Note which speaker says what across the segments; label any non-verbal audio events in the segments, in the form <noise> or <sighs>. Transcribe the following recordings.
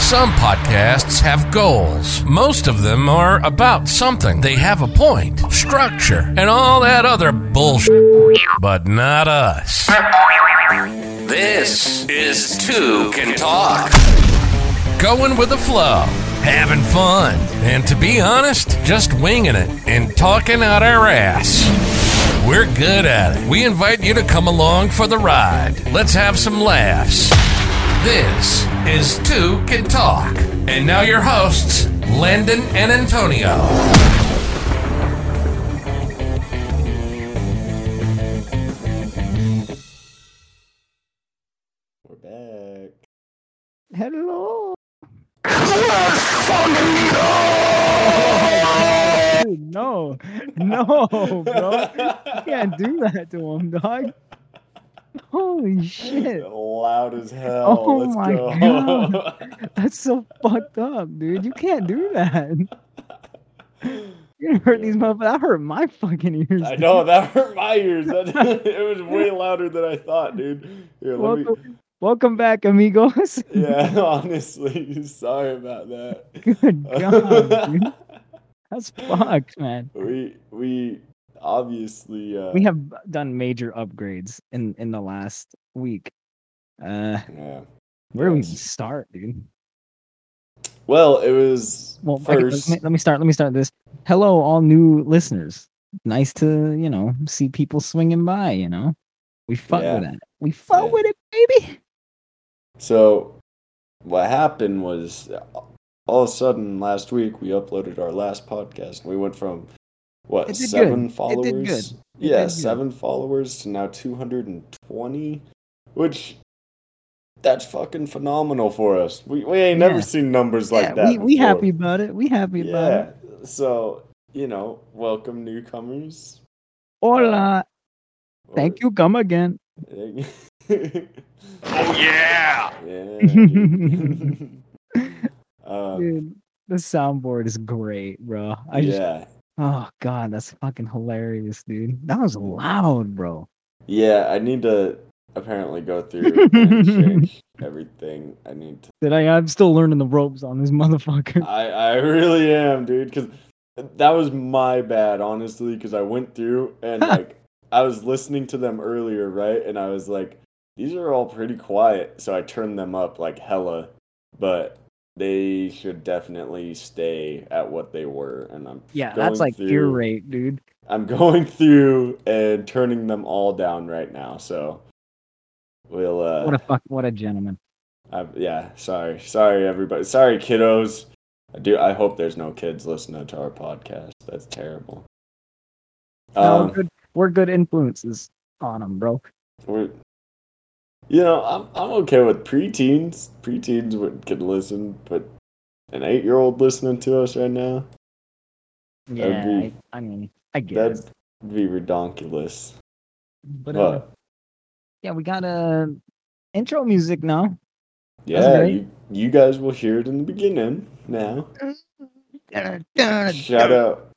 Speaker 1: Some podcasts have goals. Most of them are about something. They have a point, structure, and all that other bullshit. But not us. This is Two Can Talk. Going with the flow, having fun, and to be honest, just winging it and talking out our ass. We're good at it. We invite you to come along for the ride. Let's have some laughs. This is Two Can Talk. And now your hosts, Landon and Antonio.
Speaker 2: We're back.
Speaker 3: Hello. Dude, no, no, bro. You can't do that to him, dog. Holy shit.
Speaker 2: <laughs> Loud as hell.
Speaker 3: Oh
Speaker 2: Let's
Speaker 3: my
Speaker 2: go. <laughs>
Speaker 3: That's so fucked up, dude. You can't do that. You done hurt these motherfuckers. I hurt my fucking ears.
Speaker 2: I
Speaker 3: dude.
Speaker 2: know that hurt my ears. <laughs> That, it was way louder than I thought, dude. Here, let me,
Speaker 3: Welcome, welcome back, amigos. <laughs>
Speaker 2: <laughs> yeah, honestly, <laughs> sorry about that. <laughs>
Speaker 3: Good God, dude. That's fucked, man.
Speaker 2: we we obviously uh,
Speaker 3: We have done major upgrades in in the last week. Uh,
Speaker 2: yeah.
Speaker 3: where do we
Speaker 2: Yes.
Speaker 3: even start, dude?
Speaker 2: Well, it was
Speaker 3: Well, I guess-
Speaker 2: first.
Speaker 3: let, me, let me start. Let me start this. Hello, all new listeners. Nice to you know see people swinging by. You know, we fuck
Speaker 2: Yeah.
Speaker 3: with that. We fuck
Speaker 2: Yeah.
Speaker 3: with it, baby.
Speaker 2: So, what happened was all of a sudden last week we uploaded our last podcast. We went from
Speaker 3: It
Speaker 2: what
Speaker 3: did
Speaker 2: seven
Speaker 3: good. It
Speaker 2: followers?
Speaker 3: did good. It
Speaker 2: yeah,
Speaker 3: did good.
Speaker 2: seven followers to now 220, which that's fucking phenomenal for us. We we ain't
Speaker 3: Yeah.
Speaker 2: never seen numbers
Speaker 3: yeah,
Speaker 2: like that.
Speaker 3: we we
Speaker 2: before.
Speaker 3: happy about it. We happy about it.
Speaker 2: Yeah. So you know, welcome newcomers.
Speaker 3: Hola, thank you. Come again.
Speaker 2: oh yeah. <laughs> Yeah. <laughs>
Speaker 3: <laughs>
Speaker 2: dude. um,
Speaker 3: Dude, the soundboard is great, bro. I just
Speaker 2: yeah.
Speaker 3: oh god, that's fucking hilarious, dude. That was loud, bro.
Speaker 2: Yeah, I need to apparently go through
Speaker 3: <laughs>
Speaker 2: and change everything. I need to.
Speaker 3: Did I? I'm still learning the ropes on this <laughs> motherfucker.
Speaker 2: I I really am, dude, cuz that was my bad, honestly, cuz I went through and like I was listening to them earlier, right? And I was like these are all pretty quiet, so I turned them up like hella, but they should definitely stay at what they were and I'm
Speaker 3: yeah,
Speaker 2: going
Speaker 3: that's like ear
Speaker 2: through-
Speaker 3: rape, dude.
Speaker 2: I'm going through and turning them all down right now, so we'll uh
Speaker 3: What a fuck! What a gentleman.
Speaker 2: I, yeah, sorry, sorry, everybody, sorry, kiddos. I do. I hope there's no kids listening to our podcast. That's terrible.
Speaker 3: No, we're,
Speaker 2: Um,
Speaker 3: good, we're good influences on them, bro.
Speaker 2: we're, you know, I'm I'm okay with preteens. Preteens would can listen, but an eight year old listening to us right now
Speaker 3: Yeah,
Speaker 2: agree.
Speaker 3: I, I mean, I get
Speaker 2: that'd
Speaker 3: it.
Speaker 2: be redonkulous.
Speaker 3: But
Speaker 2: But,
Speaker 3: uh, yeah, we got uh, intro music now.
Speaker 2: yeah,
Speaker 3: great.
Speaker 2: you you guys will hear it in the beginning now.
Speaker 3: Mm-hmm.
Speaker 2: Shout
Speaker 3: Shout
Speaker 2: out.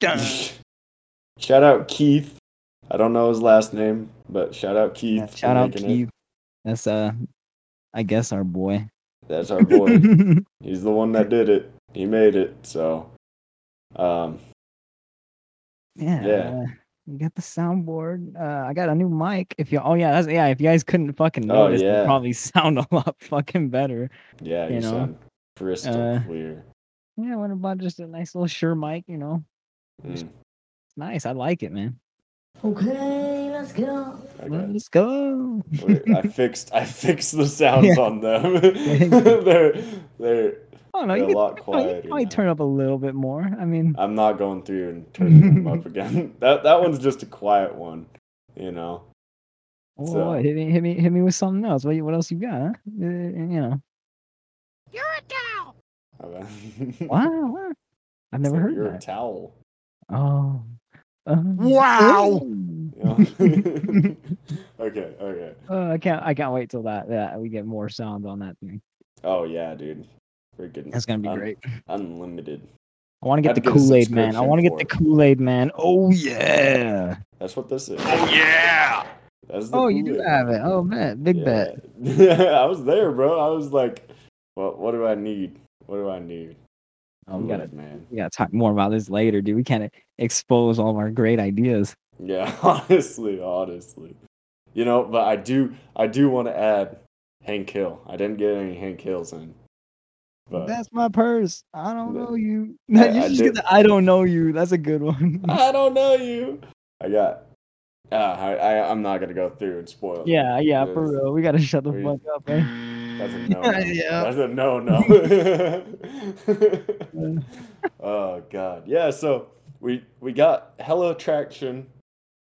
Speaker 3: <laughs>
Speaker 2: shout out Keith. I don't know his last name, but shout out Keith. for
Speaker 3: Shout out
Speaker 2: making it.
Speaker 3: Keith. That's uh, I guess our boy.
Speaker 2: That's our
Speaker 3: <laughs>
Speaker 2: boy. He's the one that did it. He made it. So, um,
Speaker 3: Yeah.
Speaker 2: Yeah.
Speaker 3: uh, we got the soundboard. Uh, I got a new mic. If you, oh yeah, that's, yeah. If you guys couldn't fucking
Speaker 2: Oh,
Speaker 3: notice, we
Speaker 2: yeah.
Speaker 3: probably <laughs> sound a lot fucking better.
Speaker 2: yeah,
Speaker 3: You
Speaker 2: you,
Speaker 3: know,
Speaker 2: sound crystal
Speaker 3: uh,
Speaker 2: clear.
Speaker 3: Yeah, what about just a nice little sure mic? You know,
Speaker 2: Mm,
Speaker 3: it's nice. I like it, man.
Speaker 4: Okay, let's go.
Speaker 2: I got-
Speaker 3: <laughs> Let's go.
Speaker 2: wait, I fixed. I fixed the sounds
Speaker 3: Yeah.
Speaker 2: on
Speaker 3: <laughs>
Speaker 2: them. <laughs> they're they're.
Speaker 3: Oh no,
Speaker 2: They're
Speaker 3: you
Speaker 2: a
Speaker 3: could,
Speaker 2: lot
Speaker 3: oh, you could
Speaker 2: quieter
Speaker 3: probably
Speaker 2: now.
Speaker 3: turn up a little bit more. I mean,
Speaker 2: I'm not going through and turning them
Speaker 3: <laughs>
Speaker 2: up again. <laughs> That that one's just a quiet one. You know. <laughs>
Speaker 3: oh,
Speaker 2: so-
Speaker 3: hit me, hit me, hit me with something else. What, you- what else you got? Huh? Uh, you
Speaker 2: <laughs>
Speaker 3: know,
Speaker 2: How about-
Speaker 3: wow, wow. I've never
Speaker 2: It's like,
Speaker 3: heard
Speaker 2: You're a
Speaker 3: that.
Speaker 2: towel.
Speaker 3: Oh,
Speaker 4: Wow.
Speaker 2: you <laughs>
Speaker 3: <laughs>
Speaker 2: know? okay. Okay.
Speaker 3: Oh, I can't, I can't wait till that, that we get more sound on that thing.
Speaker 2: Oh yeah, dude. Freaking.
Speaker 3: That's gonna be
Speaker 2: un-
Speaker 3: great.
Speaker 2: Unlimited.
Speaker 3: I want to get
Speaker 2: I'd
Speaker 3: the
Speaker 2: get a
Speaker 3: Kool Aid man. I
Speaker 2: subscription
Speaker 3: want to get
Speaker 2: for
Speaker 3: the
Speaker 2: it.
Speaker 3: Kool Aid man. Oh yeah.
Speaker 2: That's what this is. Oh yeah. That's the
Speaker 3: Oh, you do
Speaker 2: Kool-Aid.
Speaker 3: have it. Oh bet, big bet.
Speaker 2: <laughs> Yeah, I was there, bro. I was like, What what do I need? What do I need?
Speaker 3: Oh, we gotta
Speaker 2: Look, man.
Speaker 3: we gotta talk more about this later, dude. We can't expose all of our great ideas.
Speaker 2: Yeah, <laughs> honestly, honestly. You know, but I do I do want to add Hank Hill. I didn't get any Hank Hills in. But
Speaker 3: That's my purse. I don't know you. <laughs>
Speaker 2: I-
Speaker 3: you
Speaker 2: I Uh,
Speaker 3: should get
Speaker 2: did-
Speaker 3: the I don't know you. That's a
Speaker 2: <laughs>
Speaker 3: good one.
Speaker 2: <laughs> I don't know you. I got uh, I, I I'm not gonna go through and spoil it.
Speaker 3: yeah, yeah, for
Speaker 2: Yes.
Speaker 3: real. We gotta shut the
Speaker 2: We-
Speaker 3: fuck up, man.
Speaker 2: That's a no.
Speaker 3: Yeah.
Speaker 2: That's a no no. <laughs> oh god. Yeah, so we we got hella traction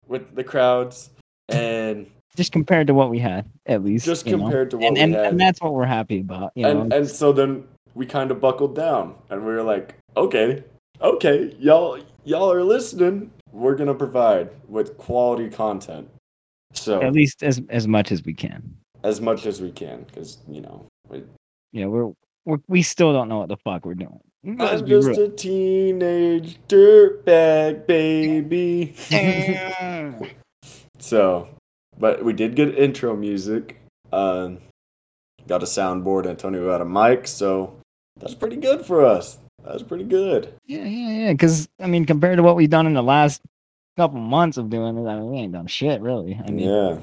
Speaker 2: with the crowds and
Speaker 3: Just compared to what we had, at least.
Speaker 2: just
Speaker 3: you know?
Speaker 2: compared to what
Speaker 3: and
Speaker 2: we
Speaker 3: and,
Speaker 2: had.
Speaker 3: and that's what we're happy about. You know,
Speaker 2: and and so then we kind of buckled down and we were like, okay, okay, y'all y'all are listening. We're gonna provide with quality content, so
Speaker 3: at least as as much as we can.
Speaker 2: as much as we can, because you know we,
Speaker 3: Yeah, we're, we're we still don't know what the fuck we're doing. Let's
Speaker 2: I'm
Speaker 3: be
Speaker 2: just
Speaker 3: real.
Speaker 2: a teenage dirtbag baby. <laughs>
Speaker 3: <laughs>
Speaker 2: so, but we did get intro music. Um, got a soundboard. Antonio got a mic, so that's pretty good for us. That's pretty good.
Speaker 3: Yeah, yeah, yeah. Because I mean, compared to what we've done in the last couple months of doing it, I mean, we ain't done shit really. I mean,
Speaker 2: yeah.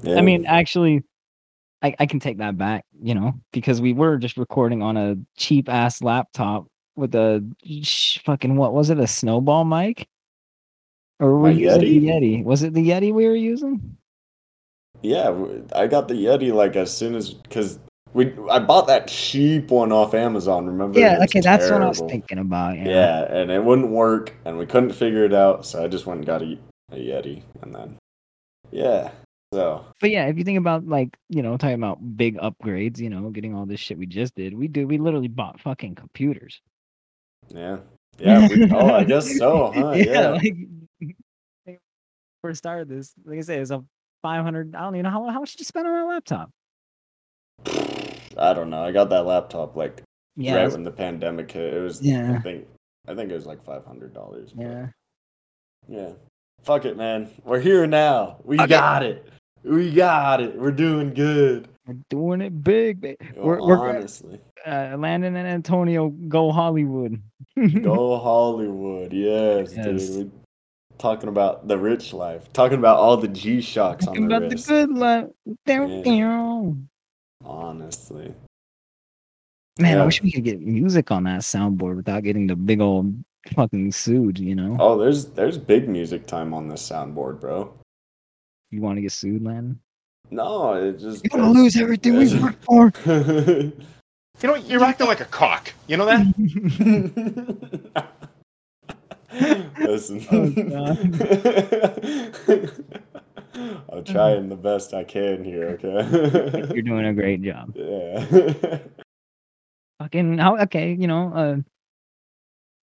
Speaker 2: yeah.
Speaker 3: I mean, actually, I, I can take that back, you know, because we were just recording on a cheap ass laptop with a sh- fucking what was it, a snowball mic? Or were
Speaker 2: My
Speaker 3: we using the Yeti? Was it the Yeti we were using?
Speaker 2: Yeah, w- I got the Yeti like as soon as because we I bought that cheap one off Amazon. Remember?
Speaker 3: yeah,
Speaker 2: It was
Speaker 3: okay, that's what I was
Speaker 2: terrible.
Speaker 3: thinking about. Yeah.
Speaker 2: Yeah, and it wouldn't work, and we couldn't figure it out, so I just went and got a, a Yeti, and then yeah, so
Speaker 3: But yeah, if you think about like, you know, talking about big upgrades, you know, getting all this shit we just did, we do we literally bought fucking computers.
Speaker 2: yeah, yeah.
Speaker 3: <laughs>
Speaker 2: We, oh, I guess so, huh? Yeah,
Speaker 3: like like, <laughs> first started this, like I said, it's a five hundred. I don't even know how how much did you spend on our laptop.
Speaker 2: I don't know. I got that laptop like
Speaker 3: Yeah, it
Speaker 2: right
Speaker 3: was-
Speaker 2: when the pandemic hit. It was I
Speaker 3: yeah,
Speaker 2: think I think it was like five hundred dollars.
Speaker 3: yeah.
Speaker 2: Yeah. Fuck it, man. We're here now. We got it. We got it. We're doing good.
Speaker 3: We're doing it big. ba- We're,
Speaker 2: Well,
Speaker 3: we're
Speaker 2: honestly.
Speaker 3: uh, Landon and Antonio go Hollywood. <laughs>
Speaker 2: Go Hollywood. Yes,
Speaker 3: Yes.
Speaker 2: dude. We're talking about the rich life. Talking about all the G shocks on
Speaker 3: Talking
Speaker 2: the
Speaker 3: about the
Speaker 2: wrist.
Speaker 3: good life. Down,
Speaker 2: Yeah.
Speaker 3: down.
Speaker 2: honestly.
Speaker 3: Man,
Speaker 2: Yeah.
Speaker 3: I wish we could get music on that soundboard without getting the big old fucking sued. You know,
Speaker 2: Oh, there's there's big music time on this soundboard, bro.
Speaker 3: you want to get sued, Landon?
Speaker 2: No, it just
Speaker 3: You're gonna lose everything we worked for.
Speaker 2: <laughs>
Speaker 3: <laughs>
Speaker 5: You know, you're acting like a cock. You know that?
Speaker 2: <laughs> Listen. <laughs>
Speaker 3: Oh,
Speaker 2: I'm trying the best I can here,
Speaker 3: You're
Speaker 2: okay? <laughs>
Speaker 3: doing a great job.
Speaker 2: yeah.
Speaker 3: fucking how okay you know uh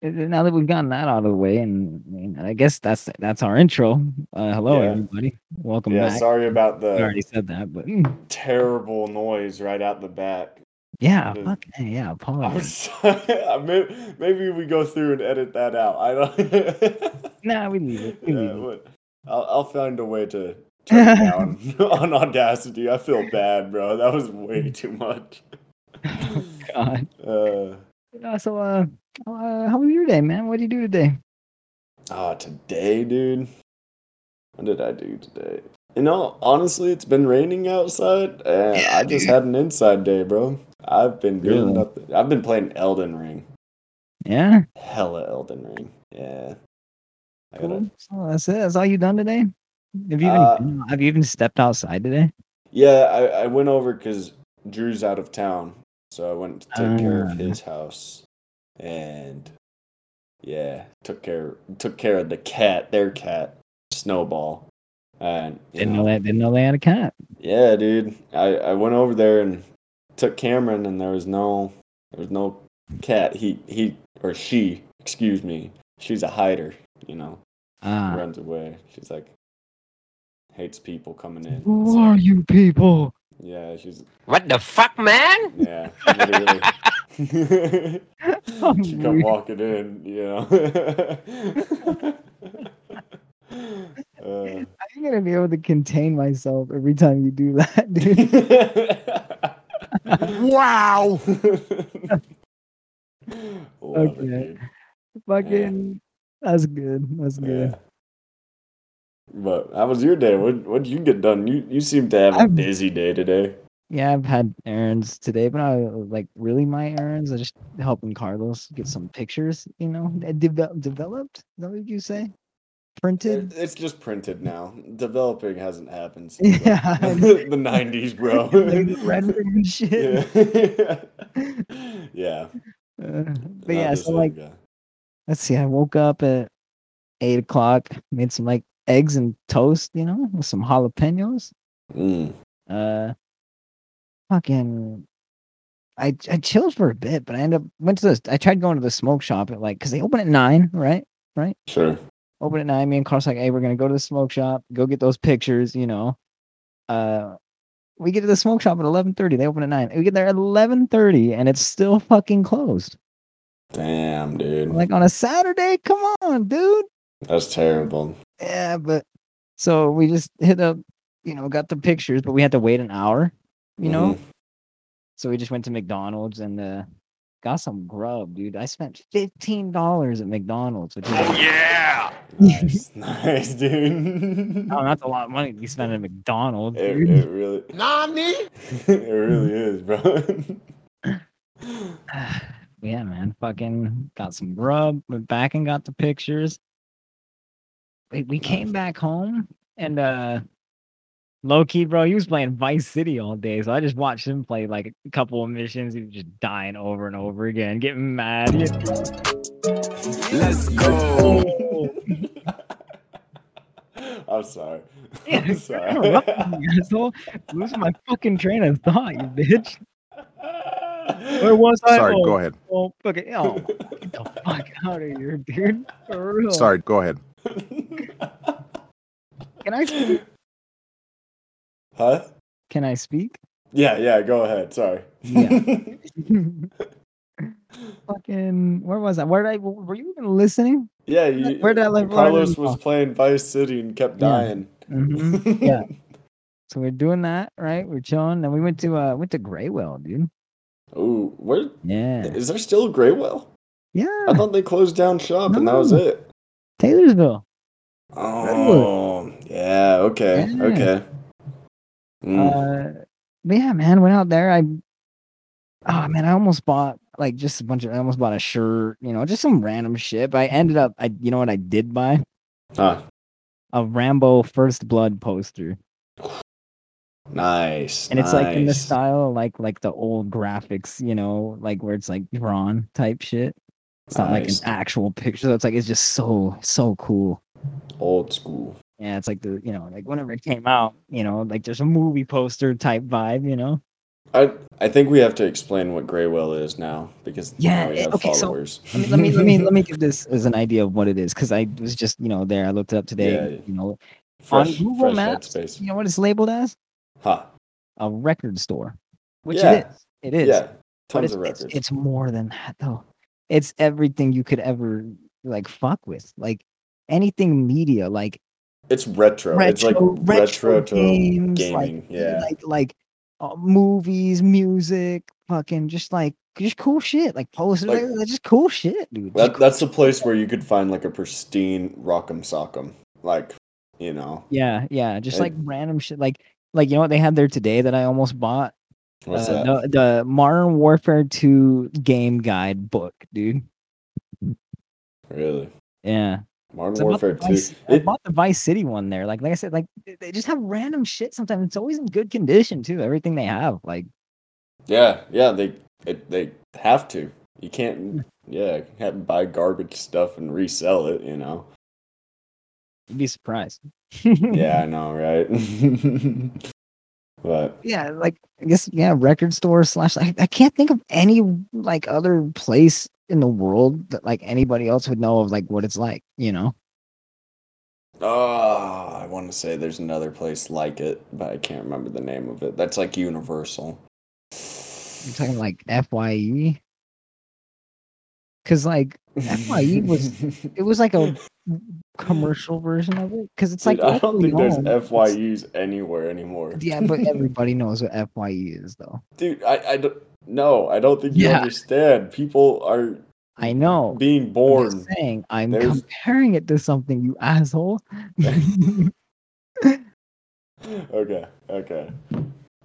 Speaker 3: i- now that we've gotten that out of the way and, and i guess that's that's our intro uh hello
Speaker 2: Yeah.
Speaker 3: everybody welcome
Speaker 2: yeah,
Speaker 3: back
Speaker 2: sorry about
Speaker 3: i
Speaker 2: the
Speaker 3: already said that but mm,
Speaker 2: terrible noise right out the back.
Speaker 3: yeah
Speaker 2: the-
Speaker 3: fuck, hey, yeah
Speaker 2: I'm <laughs>
Speaker 3: apologize
Speaker 2: sorry. Maybe, maybe we go through and edit that out. I don't.
Speaker 3: <laughs> nah we leave it we
Speaker 2: <laughs> yeah,
Speaker 3: leave it.
Speaker 2: what- I'll, I'll find a way to turn it
Speaker 3: <laughs>
Speaker 2: down <laughs> on Audacity. I feel bad, bro. That was way too
Speaker 3: <laughs>
Speaker 2: much.
Speaker 3: God.
Speaker 2: Uh,
Speaker 3: Uh, so uh uh, how was your day, man? What did you do today?
Speaker 2: Ah, today, dude. What did I do today? You know, honestly, it's been raining outside, and I just had an inside day, bro. I've been doing
Speaker 3: Really?
Speaker 2: nothing. I've been playing Elden Ring.
Speaker 3: Yeah,
Speaker 2: Hella Elden Ring. Yeah. I gotta-
Speaker 3: cool. So that's it. That's all you done today. Have you even
Speaker 2: Uh,
Speaker 3: been- have you even stepped outside today?
Speaker 2: Yeah, I, I went over because Drew's out of town, so I went to take care
Speaker 3: Ah.
Speaker 2: of his house, and yeah, took care took care of the cat, their cat, Snowball, and you
Speaker 3: Didn't
Speaker 2: know,
Speaker 3: know that. Didn't know they had a cat.
Speaker 2: yeah, dude, I, I went over there and took Cameron, and there was no there was no cat. He he or she, excuse me, she's a hider, you know,
Speaker 3: Ah,
Speaker 2: runs away. She's like hates people coming in.
Speaker 3: who
Speaker 2: so-
Speaker 3: are you people?
Speaker 2: Yeah, she's
Speaker 5: What the fuck, man?
Speaker 2: Yeah, literally.
Speaker 3: I'm
Speaker 2: she come
Speaker 3: weak.
Speaker 2: walking in, you know. <laughs> Uh,
Speaker 3: <laughs> I'm gonna be able to contain myself every time you do that,
Speaker 2: <laughs>
Speaker 3: dude.
Speaker 6: Wow.
Speaker 2: Love it,
Speaker 3: Okay.
Speaker 2: dude.
Speaker 3: Fucking. That's good. That's good.
Speaker 2: Yeah. But how was your day? What what'd you get done? You you seem to have a
Speaker 3: I'm-
Speaker 2: busy day today.
Speaker 3: Yeah, I've had errands today, but I like really my errands. I just helping Carlos get some pictures. You know, uh, deve- developed. Is that what you say? Printed.
Speaker 2: It- It's just printed now. Developing hasn't happened
Speaker 3: <laughs>
Speaker 2: since like,
Speaker 3: Yeah.
Speaker 2: <laughs> the nineties, bro.
Speaker 3: <laughs> like the red room and shit.
Speaker 2: yeah. <laughs> yeah.
Speaker 3: Uh, but
Speaker 2: Not
Speaker 3: yeah,
Speaker 2: just
Speaker 3: so like,
Speaker 2: yeah.
Speaker 3: let's see. I woke up at eight o'clock. Made some like eggs and toast. You know, with some jalapenos.
Speaker 2: Mm.
Speaker 3: uh fucking I, I chilled for a bit, but I ended up went to the I tried going to the smoke shop at like because they open at nine, right?
Speaker 2: Sure.
Speaker 3: Open at nine. Me and Carlos like, hey, we're gonna go to the smoke shop, go get those pictures, you know. Uh, we get to the smoke shop at eleven thirty. They open at nine. We get there at eleven thirty, and it's still fucking closed.
Speaker 2: Damn, dude.
Speaker 3: Like on a Saturday, come on, dude.
Speaker 2: That's terrible.
Speaker 3: Yeah, but so we just hit up, you know, got the pictures, but we had to wait an hour, you know.
Speaker 2: Mhm.
Speaker 3: So we just went to McDonald's and uh, got some grub, dude. I spent fifteen dollars at McDonald's, which is
Speaker 5: Oh yeah.
Speaker 3: <laughs>
Speaker 2: Nice, nice dude.
Speaker 3: oh, that's a lot of money to be spent at McDonald's.
Speaker 2: it,
Speaker 3: dude.
Speaker 2: it really
Speaker 6: Nani?
Speaker 2: <laughs> it really is, bro. <laughs>
Speaker 3: <sighs> yeah, man, fucking got some grub. Went back and got the pictures. We we came back home and uh, low key, bro, he was playing Vice City all day, so I just watched him play like a couple of missions. He was just dying over and over again, getting mad. <laughs> you
Speaker 6: Let's go.
Speaker 2: I'm sorry.
Speaker 3: Yeah,
Speaker 2: <laughs> I'm sorry.
Speaker 3: interrupting me, asshole. Losing my fucking train of thought, you bitch.
Speaker 2: <laughs>
Speaker 3: Where was I?
Speaker 6: Sorry,
Speaker 3: oh,
Speaker 6: go ahead.
Speaker 3: Oh, okay. Oh, get the fuck out of here, dude. For real.
Speaker 6: Sorry, go ahead.
Speaker 3: Can I speak?
Speaker 2: Huh?
Speaker 3: Can I speak? <laughs>
Speaker 2: Yeah, yeah, go ahead. Sorry.
Speaker 3: Yeah. fucking. Where was I? Where did I? Were you even listening?
Speaker 2: <laughs> yeah, you,
Speaker 3: Where did I live- where did I
Speaker 2: Carlos
Speaker 3: live
Speaker 2: was
Speaker 3: off?
Speaker 2: playing Vice City and kept
Speaker 3: Yeah.
Speaker 2: dying. <laughs>
Speaker 3: Mhm. Yeah. So we're doing that, right? We're chilling, and we went to uh went to Graywell, dude.
Speaker 2: Ooh, where
Speaker 3: Yeah,
Speaker 2: is there still a Graywell? I
Speaker 3: yeah,
Speaker 2: thought they closed down shop and that was
Speaker 3: No.
Speaker 2: it.
Speaker 3: Taylorsville.
Speaker 2: Oh, yeah, okay,
Speaker 3: Yeah.
Speaker 2: okay. Mm,
Speaker 3: Uh, but yeah, man, went out there. I oh man, I almost bought like just a bunch of. I almost bought a shirt, you know, just some random shit. But I ended up, I you know what I did buy
Speaker 2: ah,
Speaker 3: a Rambo First Blood poster,
Speaker 2: nice.
Speaker 3: and it's like in the
Speaker 2: nice.
Speaker 3: style of, like like the old graphics, you know, like where it's like drawn type shit. It's not like an
Speaker 2: Nice.
Speaker 3: actual picture. So it's like it's just so so cool.
Speaker 2: old school.
Speaker 3: Yeah, it's like the you know like whenever it came out, you know, like there's a movie poster type vibe, you know.
Speaker 2: I I think we have to explain what Graywell is now because
Speaker 3: Yeah,
Speaker 2: now we
Speaker 3: eh,
Speaker 2: have
Speaker 3: okay, so
Speaker 2: followers.
Speaker 3: let me let me let me let me give this as an idea of what it is because I was just you know there I looked it up today.
Speaker 2: Yeah, yeah.
Speaker 3: You know,
Speaker 2: <laughs> Fresh-
Speaker 3: on Google
Speaker 2: fresh
Speaker 3: Maps,
Speaker 2: headspace.
Speaker 3: you know what it's labeled as
Speaker 2: Huh.
Speaker 3: a record store, which it
Speaker 2: Yeah.
Speaker 3: is. It is.
Speaker 2: Yeah.
Speaker 3: but
Speaker 2: Tons
Speaker 3: it's,
Speaker 2: of
Speaker 3: it's-
Speaker 2: records.
Speaker 3: It's, more than that though. It's everything you could ever like fuck with, like anything media, like
Speaker 2: It's retro. It's like
Speaker 3: retro- retro
Speaker 2: retro, to
Speaker 3: games, like,
Speaker 2: gaming. yeah.
Speaker 3: like like uh, movies, music, fucking just like just cool shit, like posters,
Speaker 2: Like-
Speaker 3: like, just cool shit, dude. Just
Speaker 2: That, that's the place where you could find like a pristine rock'em sock'em. Like, you know,
Speaker 3: Yeah, yeah, just
Speaker 2: Uh,
Speaker 3: like random shit. Like, like you know what they had there today that I almost bought.
Speaker 2: what's
Speaker 3: Uh,
Speaker 2: that?
Speaker 3: The, the Modern Warfare Two game guide book, dude.
Speaker 2: Really?
Speaker 3: Yeah,
Speaker 2: Modern
Speaker 3: So I bought the
Speaker 2: Warfare 2.
Speaker 3: Vice- I
Speaker 2: It-
Speaker 3: bought the Vice City one there. Like, like I said, like they- they just have random shit. Sometimes it's always in good condition too. Everything they have, like,
Speaker 2: yeah, yeah, they it, they have to. You can't yeah, you can't buy garbage stuff and resell it, you
Speaker 3: <laughs>
Speaker 2: know.
Speaker 3: you'd be surprised. <laughs>
Speaker 2: yeah, I know, right? <laughs> but
Speaker 3: yeah, like I guess yeah, record store slash. I, I can't think of any like other place in the world that like anybody else would know of like what it's like. You know.
Speaker 2: oh, I want to say there's another place like it, but I can't remember the name of it. That's like Universal.
Speaker 3: You're talking like FYE? because E. like FYE was
Speaker 2: <laughs>
Speaker 3: it was like a commercial version of it because it's
Speaker 2: Dude,
Speaker 3: like
Speaker 2: I don't think
Speaker 3: locally
Speaker 2: there's E.
Speaker 3: owned.
Speaker 2: FYUs anywhere anymore.
Speaker 3: It's- <laughs> Yeah, but everybody knows what FYE is though.
Speaker 2: Dude, I, I don't. No, I don't think you
Speaker 3: Yeah.
Speaker 2: understand. People are
Speaker 3: I know.
Speaker 2: being
Speaker 3: I'm just
Speaker 2: born.
Speaker 3: saying I'm
Speaker 2: There's-
Speaker 3: comparing it to something, you asshole. <laughs>
Speaker 2: <laughs> Okay, okay.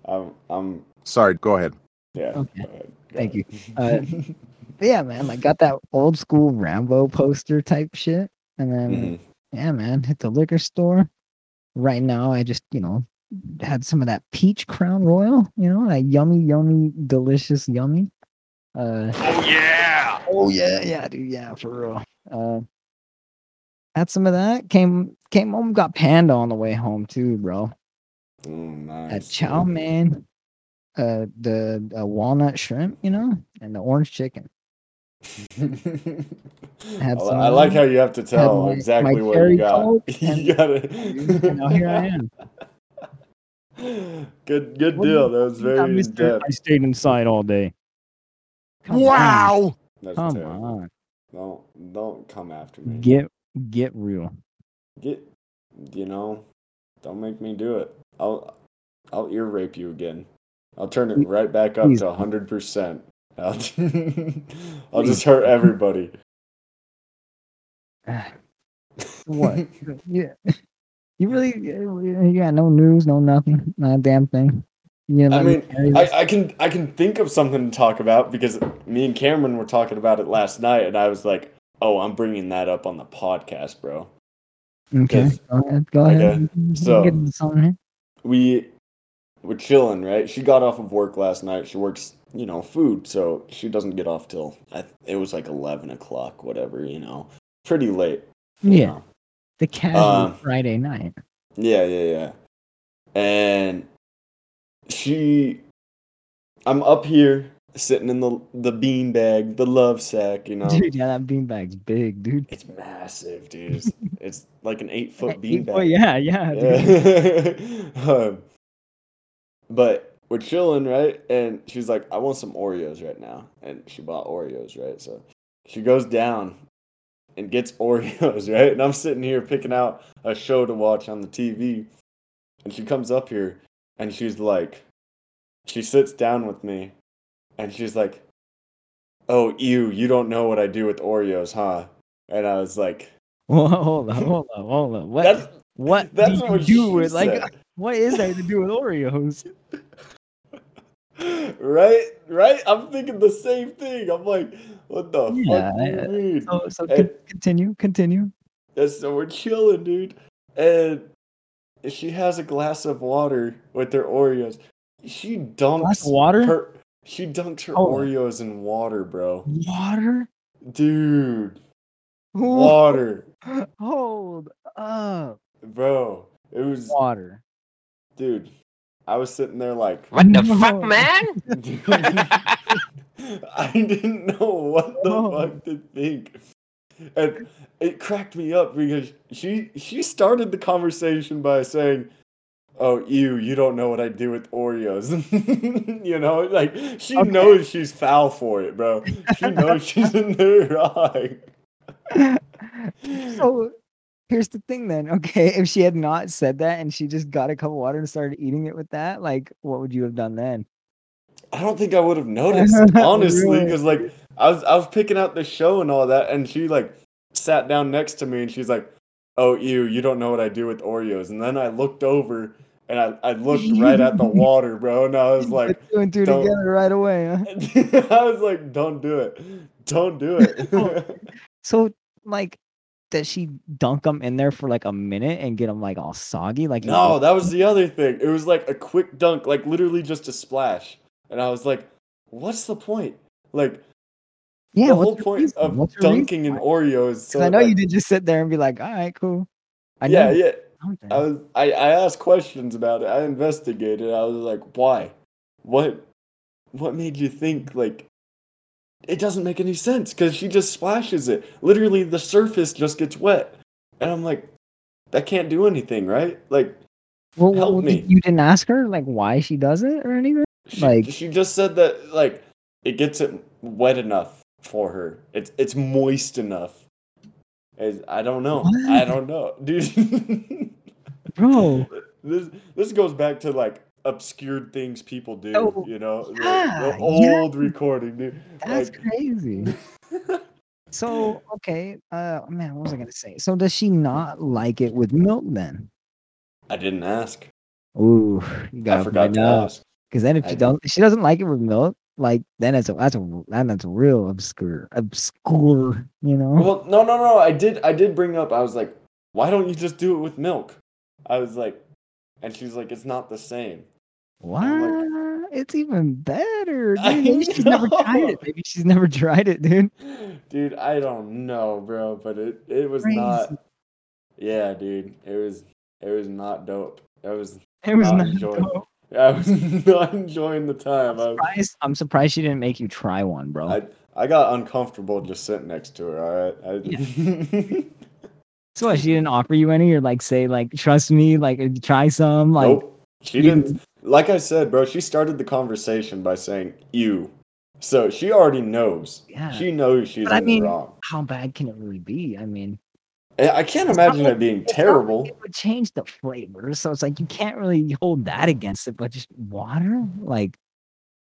Speaker 2: I'm. I'm.
Speaker 7: Sorry, go ahead.
Speaker 2: Yeah.
Speaker 3: Okay.
Speaker 2: go ahead, go
Speaker 3: Thank you.
Speaker 2: <laughs>
Speaker 3: Uh,
Speaker 2: ahead.
Speaker 3: but yeah, man, like got that old school Rambo poster type shit, and then
Speaker 2: Mhm.
Speaker 3: yeah, man, hit the liquor store. Right now, I just you know had some of that peach Crown Royal, you know that yummy, yummy, delicious, yummy. Uh,
Speaker 5: Oh yeah.
Speaker 3: oh yeah, yeah, dude, yeah, for real. Uh, had some of that. Came came home, got panda on the way home too, bro.
Speaker 2: Mm,
Speaker 3: a
Speaker 2: nice,
Speaker 3: uh,
Speaker 2: <laughs>
Speaker 3: chow
Speaker 2: dude.
Speaker 3: mein, uh, the uh, walnut shrimp, you know, and the orange chicken.
Speaker 2: I,
Speaker 3: Had
Speaker 2: li-
Speaker 3: some
Speaker 2: I
Speaker 3: of
Speaker 2: like
Speaker 3: that.
Speaker 2: how you have to tell
Speaker 3: my-
Speaker 2: exactly
Speaker 3: my
Speaker 2: what
Speaker 3: cherry
Speaker 2: you got.
Speaker 3: Coke
Speaker 2: <laughs> you
Speaker 3: and- And now
Speaker 2: <laughs>
Speaker 3: here I
Speaker 2: gotta.
Speaker 3: am.
Speaker 2: <laughs> good, good
Speaker 3: What do you
Speaker 2: deal. That was
Speaker 3: I,
Speaker 2: very in
Speaker 3: missed it.
Speaker 2: depth.
Speaker 3: I stayed inside all day. Come
Speaker 7: Wow.
Speaker 2: That's
Speaker 3: On. Come
Speaker 2: terrible.
Speaker 3: on.
Speaker 2: Don't don't come after me.
Speaker 3: Get get real.
Speaker 2: Get, you know, don't make me do it. I'll I'll ear rape you again. I'll turn it right back up
Speaker 3: Please.
Speaker 2: to hundred percent. <laughs> I'll I'll just hurt everybody. <laughs>
Speaker 3: What? yeah. You really you got no news, no nothing, not a damn thing. You know,
Speaker 2: I mean, I, I can I can think of something to talk about because me and Cameron were talking about it last night, and I was like, "Oh, I'm bringing that up on the podcast, bro."
Speaker 3: okay.
Speaker 2: yes.
Speaker 3: Go ahead. Go
Speaker 2: Okay,
Speaker 3: ahead.
Speaker 2: so-
Speaker 3: Get into something here.
Speaker 2: We were chilling, right? She got off of work last night. She works, you know, food, so she doesn't get off till I, it was like eleven o'clock, whatever, you know, pretty late. you
Speaker 3: yeah,
Speaker 2: know.
Speaker 3: the casual
Speaker 2: um,
Speaker 3: Friday night.
Speaker 2: Yeah, yeah, yeah. And she, I'm up here sitting in the the bean bag, the love sack, you know.
Speaker 3: <laughs> Dude, yeah, that beanbag's big, dude.
Speaker 2: It's massive, dude. It's, it's like an eight foot
Speaker 3: Eight
Speaker 2: beanbag.
Speaker 3: foot- oh, yeah, yeah. dude.
Speaker 2: Yeah. <laughs> um, but we're chilling, right? And she's like, I want some Oreos right now. And she bought Oreos, right? So she goes down and gets <laughs> Oreos, right? And I'm sitting here picking out a show to watch on the TV. And she comes up here and she's like, she sits down with me and she's like, Oh, ew, you don't know what I do with Oreos, huh? And I was like,
Speaker 3: <laughs> Whoa, hold up, hold up, hold up. What?
Speaker 2: That's,
Speaker 3: what do
Speaker 2: that's
Speaker 3: you
Speaker 2: what
Speaker 3: do
Speaker 2: she
Speaker 3: with like?
Speaker 2: said.
Speaker 3: What is there to do with Oreos?
Speaker 2: right, right. I'm thinking the same thing. I'm like, what the
Speaker 3: Yeah,
Speaker 2: fuck do you
Speaker 3: I-
Speaker 2: mean?
Speaker 3: So, so
Speaker 2: Hey.
Speaker 3: con- continue, continue.
Speaker 2: And so we're chilling, dude. And she has a glass of water with her Oreos. She dunks
Speaker 3: Glass of water?
Speaker 2: Her, she dunked her
Speaker 3: Oh.
Speaker 2: Oreos in water, bro.
Speaker 3: Water.
Speaker 2: Dude,
Speaker 3: Whoa,
Speaker 2: water,
Speaker 3: <laughs> Hold up,
Speaker 2: bro. It was,
Speaker 3: water. <laughs>
Speaker 2: dude. I was sitting there like,
Speaker 3: What the fuck, man?
Speaker 2: <laughs> I didn't know what the
Speaker 3: Oh.
Speaker 2: fuck to think. And it cracked me up because she she started the conversation by saying, "Oh, ew, you don't know what I do with Oreos." <laughs> you know, like she
Speaker 3: Okay.
Speaker 2: knows she's foul for it, bro. She knows she's in there right.
Speaker 3: <laughs> So here's the thing, then. Okay, if she had not said that and she just got a cup of water and started eating it with that, like, what would you have done then?
Speaker 2: I don't think I would have
Speaker 3: <laughs>
Speaker 2: noticed, honestly, because like I was I was picking out the show and all that, and she like sat down next to me and she's like, "Oh, ew, you don't know what I do with Oreos." And then I looked over and I, I looked right at the
Speaker 3: <laughs>
Speaker 2: water, bro, and I was like, <laughs>
Speaker 3: Put two and two
Speaker 2: don't-
Speaker 3: together right away. Huh?
Speaker 2: I was like, "Don't do it, don't do it." <laughs>
Speaker 3: So, like, does she dunk them in there for like a minute and get them like all soggy? Like, you
Speaker 2: no,
Speaker 3: know,
Speaker 2: that was the other thing. It was like a quick dunk, like literally just a splash, and I was like, "What's the point?" Like
Speaker 3: yeah.
Speaker 2: the
Speaker 3: what's
Speaker 2: whole
Speaker 3: your
Speaker 2: point
Speaker 3: reason?
Speaker 2: of
Speaker 3: What's your reason
Speaker 2: dunking in
Speaker 3: why?
Speaker 2: Oreos. so
Speaker 3: Because I know
Speaker 2: like-
Speaker 3: you didn't just sit there and be like, all right, cool. I
Speaker 2: yeah, Uh,
Speaker 3: know
Speaker 2: yeah.
Speaker 3: something.
Speaker 2: I was I, I asked questions about it. I investigated. I was like, why? What what made you think like it doesn't make any sense because she just splashes it. Literally the surface just gets wet. And I'm like, that can't do anything, right? Like
Speaker 3: well,
Speaker 2: help
Speaker 3: well,
Speaker 2: me.
Speaker 3: You didn't ask her like why she does it or anything.
Speaker 2: she,
Speaker 3: Like-
Speaker 2: she just said that like it gets it wet enough for her. It's it's moist enough. As I don't know.
Speaker 3: What?
Speaker 2: I don't know, dude. <laughs>
Speaker 3: bro.
Speaker 2: this this goes back to like obscured things people do.
Speaker 3: Oh,
Speaker 2: you know, the- the,
Speaker 3: yeah, yeah.
Speaker 2: old recording, dude.
Speaker 3: That's
Speaker 2: Like, <laughs>
Speaker 3: crazy. so okay, uh, man, what was I gonna say? So does she not like it with milk then?
Speaker 2: I didn't ask.
Speaker 3: Ooh, you gotta
Speaker 2: I forgot to ask.
Speaker 3: Because then if
Speaker 2: I
Speaker 3: she
Speaker 2: did.
Speaker 3: don't, she doesn't like it with milk. Like then that's a that's a then that's real obscure obscure. You know.
Speaker 2: Well, no, no, no. I did. I did bring up. I was like, why don't you just do it with milk? I was like, and she's like, it's not the same. <gasps> I'm
Speaker 3: What? It's even better. Dude.
Speaker 2: oh <laughs> I
Speaker 3: Maybe she's never tried
Speaker 2: know.
Speaker 3: it. Maybe she's never tried it, dude.
Speaker 2: Dude, I don't know, bro, but it it was not.
Speaker 3: Crazy.
Speaker 2: Yeah, dude, it was it was not dope. I was
Speaker 3: It was
Speaker 2: Not
Speaker 3: not
Speaker 2: enjoyed.
Speaker 3: dope.
Speaker 2: I was <laughs> not enjoying the time.
Speaker 3: <laughs>
Speaker 2: I,
Speaker 3: Surprised- I'm surprised she didn't make you try one, bro.
Speaker 2: I I got uncomfortable just sitting next to her. All right. <laughs> I, <laughs>
Speaker 3: so what, she didn't offer you any, or like say, like trust me, like uh, try some, <laughs> like
Speaker 2: nope. She
Speaker 3: you-
Speaker 2: didn't. Like I said, bro, she started the conversation by saying "you," so she already knows.
Speaker 3: Yeah.
Speaker 2: She knows she's
Speaker 3: But I
Speaker 2: in
Speaker 3: mean-
Speaker 2: the wrong.
Speaker 3: how bad can it really be? I mean,
Speaker 2: And I can't
Speaker 3: It's not
Speaker 2: imagine
Speaker 3: like-
Speaker 2: it being
Speaker 3: it's not like
Speaker 2: terrible.
Speaker 3: it would change the flavor, so it's like you can't really hold that against it. But just water, like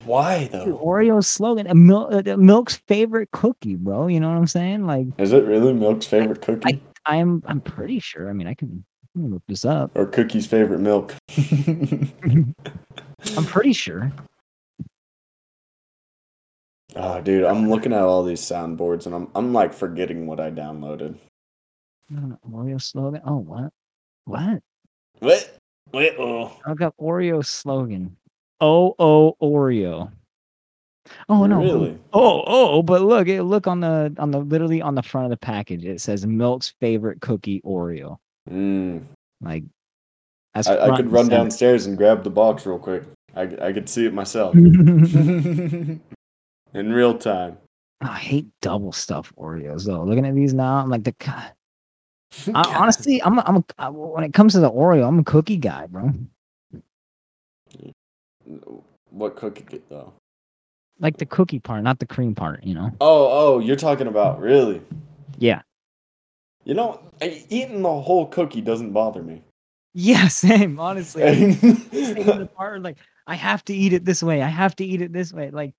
Speaker 2: Why
Speaker 3: dude,
Speaker 2: though?
Speaker 3: Oreo's slogan, a milk, uh, milk's favorite cookie, bro. You know what I'm saying? Like
Speaker 2: Is it really Milk's favorite cookie
Speaker 3: I- I'm, I'm pretty sure. I mean, I can, I can look this up.
Speaker 2: or Cookie's favorite milk? <laughs>
Speaker 3: I'm pretty sure.
Speaker 2: Oh, dude, I'm looking at all these soundboards and I'm I'm like forgetting what I downloaded.
Speaker 3: I don't know, Oreo slogan. Oh, what? What?
Speaker 2: What? What? Oh,
Speaker 3: I've got Oreo slogan. Oh, oh, Oreo. Oh no.
Speaker 2: Really?
Speaker 3: Oh, oh, but look, it look on the on the literally on the front of the package. It says milk's favorite cookie Oreo.
Speaker 2: Mm.
Speaker 3: Like that's
Speaker 2: I, I
Speaker 3: front
Speaker 2: could
Speaker 3: and
Speaker 2: run
Speaker 3: center.
Speaker 2: downstairs and grab the box real quick. I, I could see it
Speaker 3: <laughs>
Speaker 2: myself in real time.
Speaker 3: I hate double stuff Oreos though. Looking at these now, I'm like the God. I, honestly, I'm a, I'm a, I, when it comes to the Oreo, I'm a cookie guy, bro.
Speaker 2: What cookie did, though?
Speaker 3: Like the cookie part, not the cream part. You know?
Speaker 2: Oh, oh, you're talking about really?
Speaker 3: Yeah.
Speaker 2: You know, I- eating the whole cookie doesn't bother me. <laughs>
Speaker 3: Yeah. <laughs> Same. Honestly. I- taking
Speaker 2: the
Speaker 3: it apart and like I have to eat it this way. I have to eat it this way. Like,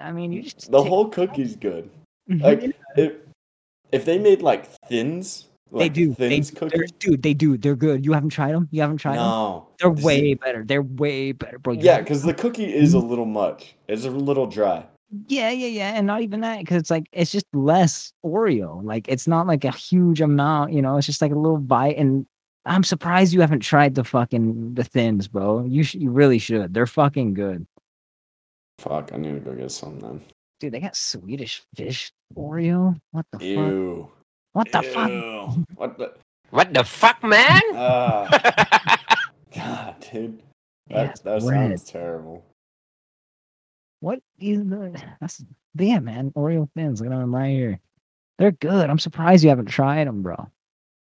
Speaker 3: I mean, you just take- Mhm.
Speaker 2: whole cookie's good. Like if if they made like thins,
Speaker 3: they
Speaker 2: like
Speaker 3: do. They,
Speaker 2: thins
Speaker 3: do.
Speaker 2: cookie.
Speaker 3: They're- dude, they do. They're good. You haven't tried them. You haven't tried them. Oh,
Speaker 2: No,
Speaker 3: They're
Speaker 2: See,
Speaker 3: way better. They're way better, bro. You
Speaker 2: Yeah,
Speaker 3: haven't-
Speaker 2: because the cookie is a little much. It's a little dry.
Speaker 3: yeah, yeah, yeah, and not even that because it's like it's just less Oreo. Like it's not like a huge amount. You know, it's just like a little bite. And I'm surprised you haven't tried the fucking the thins, bro. You sh- you really should. They're fucking good,
Speaker 2: Fuck, I need to go get some then.
Speaker 3: dude. They got Swedish fish Oreo. What the fuck?
Speaker 2: Ew.
Speaker 3: What the fuck?
Speaker 2: Ew. What the?
Speaker 7: What the fuck, man?
Speaker 2: Ah,
Speaker 7: <laughs>
Speaker 2: God, dude. That,
Speaker 3: Yes,
Speaker 2: that
Speaker 3: bread.
Speaker 2: sounds terrible.
Speaker 3: What is the that's yeah, man? Oreo thins. Look at them right here. They're good. I'm surprised you haven't tried them, bro.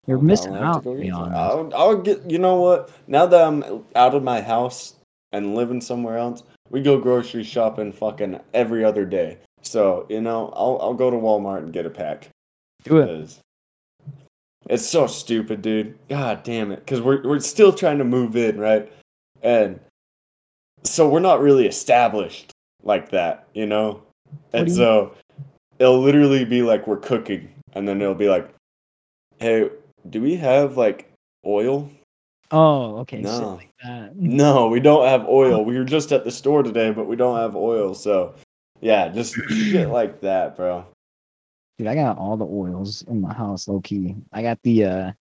Speaker 3: You're
Speaker 2: I'll
Speaker 3: missing
Speaker 2: have to
Speaker 3: out.
Speaker 2: go
Speaker 3: To be
Speaker 2: get some.
Speaker 3: honest.
Speaker 2: I'll, I'll get. You know what? Now that I'm out of my house and living somewhere else, we go grocery shopping fucking every other day. So you know, I'll I'll go to Walmart and get a pack.
Speaker 3: Do it.
Speaker 2: 'Cause It's so stupid, dude. God damn it. Because we're, we're still trying to move in, right? And so we're not really established like that, you know? And
Speaker 3: do you-
Speaker 2: so it'll literally be like we're cooking. And then it'll be like, hey, do we have like oil?
Speaker 3: Oh, okay. shit
Speaker 2: No.
Speaker 3: like that.
Speaker 2: No, we don't have
Speaker 3: Oh.
Speaker 2: oil. We were just at the store today, but we don't have oil. So yeah, just
Speaker 3: <clears throat>
Speaker 2: shit like that, bro.
Speaker 3: Dude, I got all the oils in my house, low key. I got the uh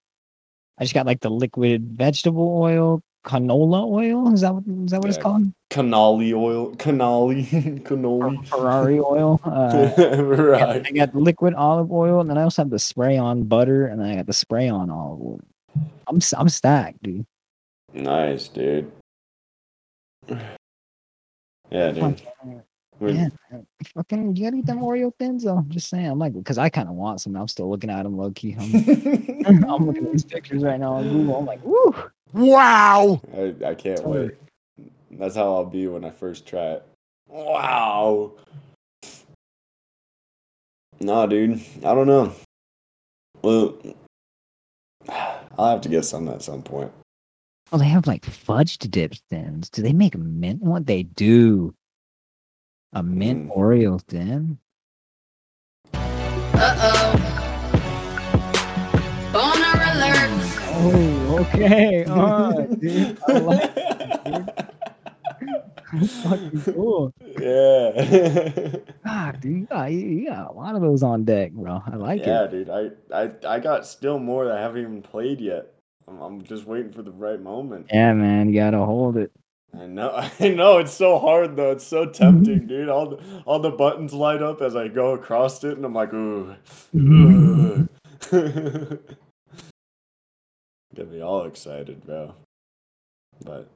Speaker 3: I just got like the liquid vegetable oil, canola oil. Is that what is that what it's
Speaker 2: Yeah.
Speaker 3: called?
Speaker 2: Canali oil. Canali. <laughs>
Speaker 3: Fer-
Speaker 2: Cannoli.
Speaker 3: Ferrari oil.
Speaker 2: <laughs>
Speaker 3: Uh, <laughs> yeah,
Speaker 2: right.
Speaker 3: I got liquid olive oil, and then I also have the spray on butter, and then I got the spray on olive oil. I'm s- I'm stacked, dude.
Speaker 2: Nice, dude. Yeah, dude. We're-
Speaker 3: Yeah, fucking, you gotta eat them Oreo thins though. I'm just saying, I'm like, because I kind of want some. I'm still looking at them low key. I'm, I'm <laughs> looking at these pictures right now on Google. I'm like, woo,
Speaker 5: Wow.
Speaker 2: <laughs> I, I can't
Speaker 3: Totally.
Speaker 2: wait. That's how I'll be when I first try it. Wow. Nah, dude. I don't know. Well, <sighs> I'll have to get some at some point.
Speaker 3: Oh, they have like fudge dip thins. Do they make mint one? They do. A mint
Speaker 2: Mm.
Speaker 3: Oreo thin?
Speaker 7: Uh-oh. Boner alert.
Speaker 3: Oh,
Speaker 2: <laughs>
Speaker 3: okay. I like <laughs> cool.
Speaker 2: <laughs> yeah. <laughs>
Speaker 3: God, dude, you got, you- you got a lot of those on deck, bro. I like
Speaker 2: yeah,
Speaker 3: it.
Speaker 2: dude. I, I I got still more that I haven't even played yet. I'm, I'm just waiting for the right moment.
Speaker 3: Yeah, man, you gotta hold it.
Speaker 2: I know. <laughs> I know. It's so hard though. It's so tempting, dude. All the, all the buttons light up as I go across it, and I'm like, ooh. ooh. <laughs> Get me all excited, bro. But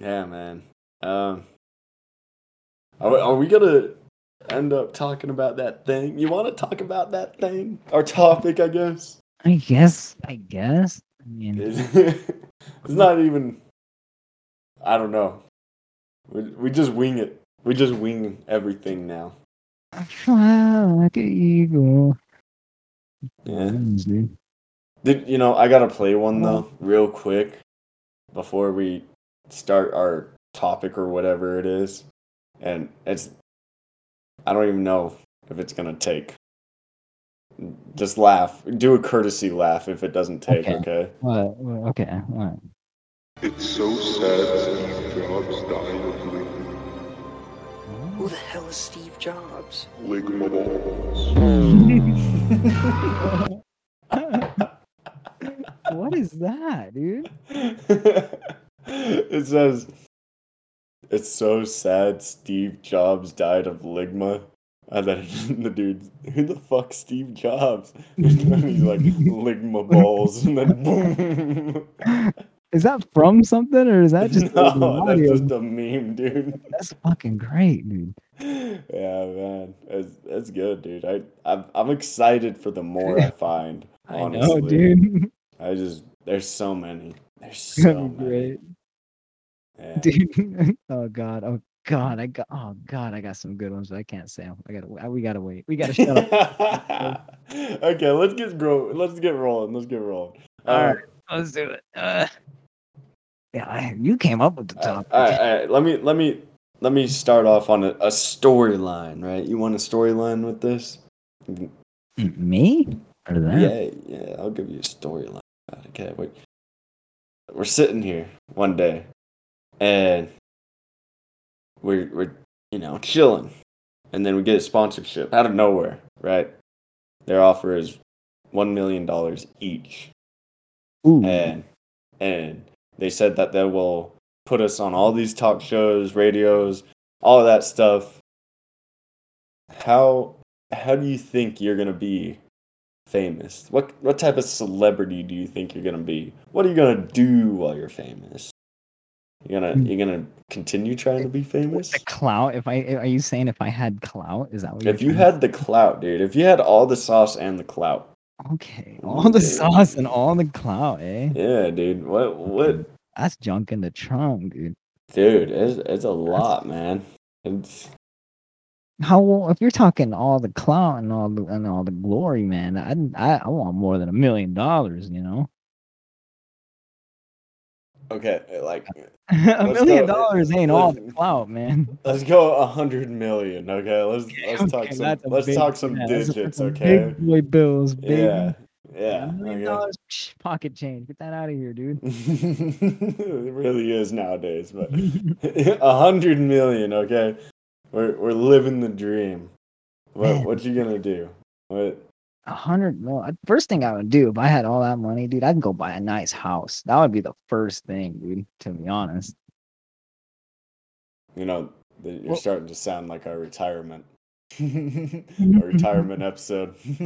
Speaker 2: yeah, man. Um, are, we- are we gonna end up talking about that thing? You want to talk about that thing? Our topic, I guess.
Speaker 3: I guess. I guess. I mean,
Speaker 2: It's it's not even. I don't know. We, we just wing it. We just wing everything now.
Speaker 3: wow, look at you go.
Speaker 2: Yeah.
Speaker 3: Thanks, dude.
Speaker 2: Did you know? I gotta play one though, real quick, before we start our topic or whatever it is, and it's. I don't even know if it's gonna take. Just laugh. Do a courtesy laugh if it doesn't take.
Speaker 3: Okay.
Speaker 2: Okay.
Speaker 3: What? what- Okay. What?
Speaker 8: It's so sad Steve Jobs died of
Speaker 9: Who the hell is Steve Jobs?
Speaker 8: lig- ligaments.
Speaker 3: <laughs> what is that, dude?
Speaker 2: <laughs> it says, "It's so sad. Steve Jobs died of ligma." And then the dude, who the fuck, Steve Jobs? <laughs> And he's like ligma balls, and then boom.
Speaker 3: Is that from something or is <laughs> that just an
Speaker 2: <laughs> no, that's
Speaker 3: audio?
Speaker 2: just a meme, dude.
Speaker 3: That's fucking great, dude.
Speaker 2: Yeah, man, that's, that's good, dude. I I'm, I'm excited for the more
Speaker 3: <laughs>
Speaker 2: I find. Honestly,
Speaker 3: I know, Oh, dude.
Speaker 2: I just there's so many. There's so
Speaker 3: <laughs> That'd be
Speaker 2: many.
Speaker 3: great,
Speaker 2: Yeah.
Speaker 3: dude. <laughs> oh god. Oh god. I got. Oh god. I got some good ones, but I can't say 'em. I gotta. I- We gotta wait. We gotta shut up.
Speaker 2: <laughs> okay, let's get grow. Let's get rolling. Let's get rolling.
Speaker 3: All
Speaker 2: Uh,
Speaker 3: right, <laughs> let's do it. Uh, yeah, I, you came up with the
Speaker 2: all right,
Speaker 3: topic.
Speaker 2: all right, all right. Let me let me let me start off on a, a storyline. Right? You want a storyline with this?
Speaker 3: Mm, Me or them?
Speaker 2: Yeah, yeah. I'll give you a storyline. about it. Okay, wait. We're sitting here one day, and we're we're you know chilling, and then we get a sponsorship out of nowhere. Right? Their offer is one million dollars each.
Speaker 3: Ooh,
Speaker 2: and and they said that they will put us on all these talk shows, radios, all that stuff. How how do you think you're gonna be famous? What what type of celebrity do you think you're gonna be? What are you gonna do while you're famous? You gonna you gonna continue trying to be famous?
Speaker 3: the clout. If I are you saying if I had clout, is that what?
Speaker 2: If
Speaker 3: you're
Speaker 2: you had the clout, dude, if you had all the sauce and the clout,
Speaker 3: trying- okay, all the
Speaker 2: Yeah.
Speaker 3: sauce and all the clout, eh?
Speaker 2: yeah, dude, what what
Speaker 3: That's junk in the trunk, dude.
Speaker 2: dude, it's it's a lot, man. It's
Speaker 3: How well, if you're talking all the clout and all the and all the glory, man? I I, I want more than a million dollars, you know. <laughs>
Speaker 2: Okay, uh, like
Speaker 3: a
Speaker 2: Let's eh,
Speaker 3: million
Speaker 2: go-
Speaker 3: dollars ain't all the
Speaker 2: listen.
Speaker 3: clout, man.
Speaker 2: let's go a hundred million. Okay,
Speaker 3: <laughs>
Speaker 2: let's <laughs> let's talk
Speaker 3: Okay,
Speaker 2: some
Speaker 3: that's a
Speaker 2: let's
Speaker 3: big-
Speaker 2: talk some
Speaker 3: yeah, that's a-
Speaker 2: digits.
Speaker 3: that's a
Speaker 2: Okay,
Speaker 3: big boy bills, baby.
Speaker 2: yeah,
Speaker 3: A
Speaker 2: yeah.
Speaker 3: million
Speaker 2: okay.
Speaker 3: dollars, psh, pocket change. Get that out of here, dude.
Speaker 2: <laughs> it really is nowadays, but <laughs>
Speaker 3: <laughs>
Speaker 2: a hundred million. Okay, we're we're living the dream. What
Speaker 3: Man.
Speaker 2: what you gonna do? What?
Speaker 3: A hundred mil. I- First thing I would do if I had all that money, dude, I'd go buy a nice house. That would be the first thing, dude. To be honest,
Speaker 2: You know, that you're
Speaker 3: Well-
Speaker 2: starting to sound like our
Speaker 3: <laughs>
Speaker 2: retirement. our retirement episode. you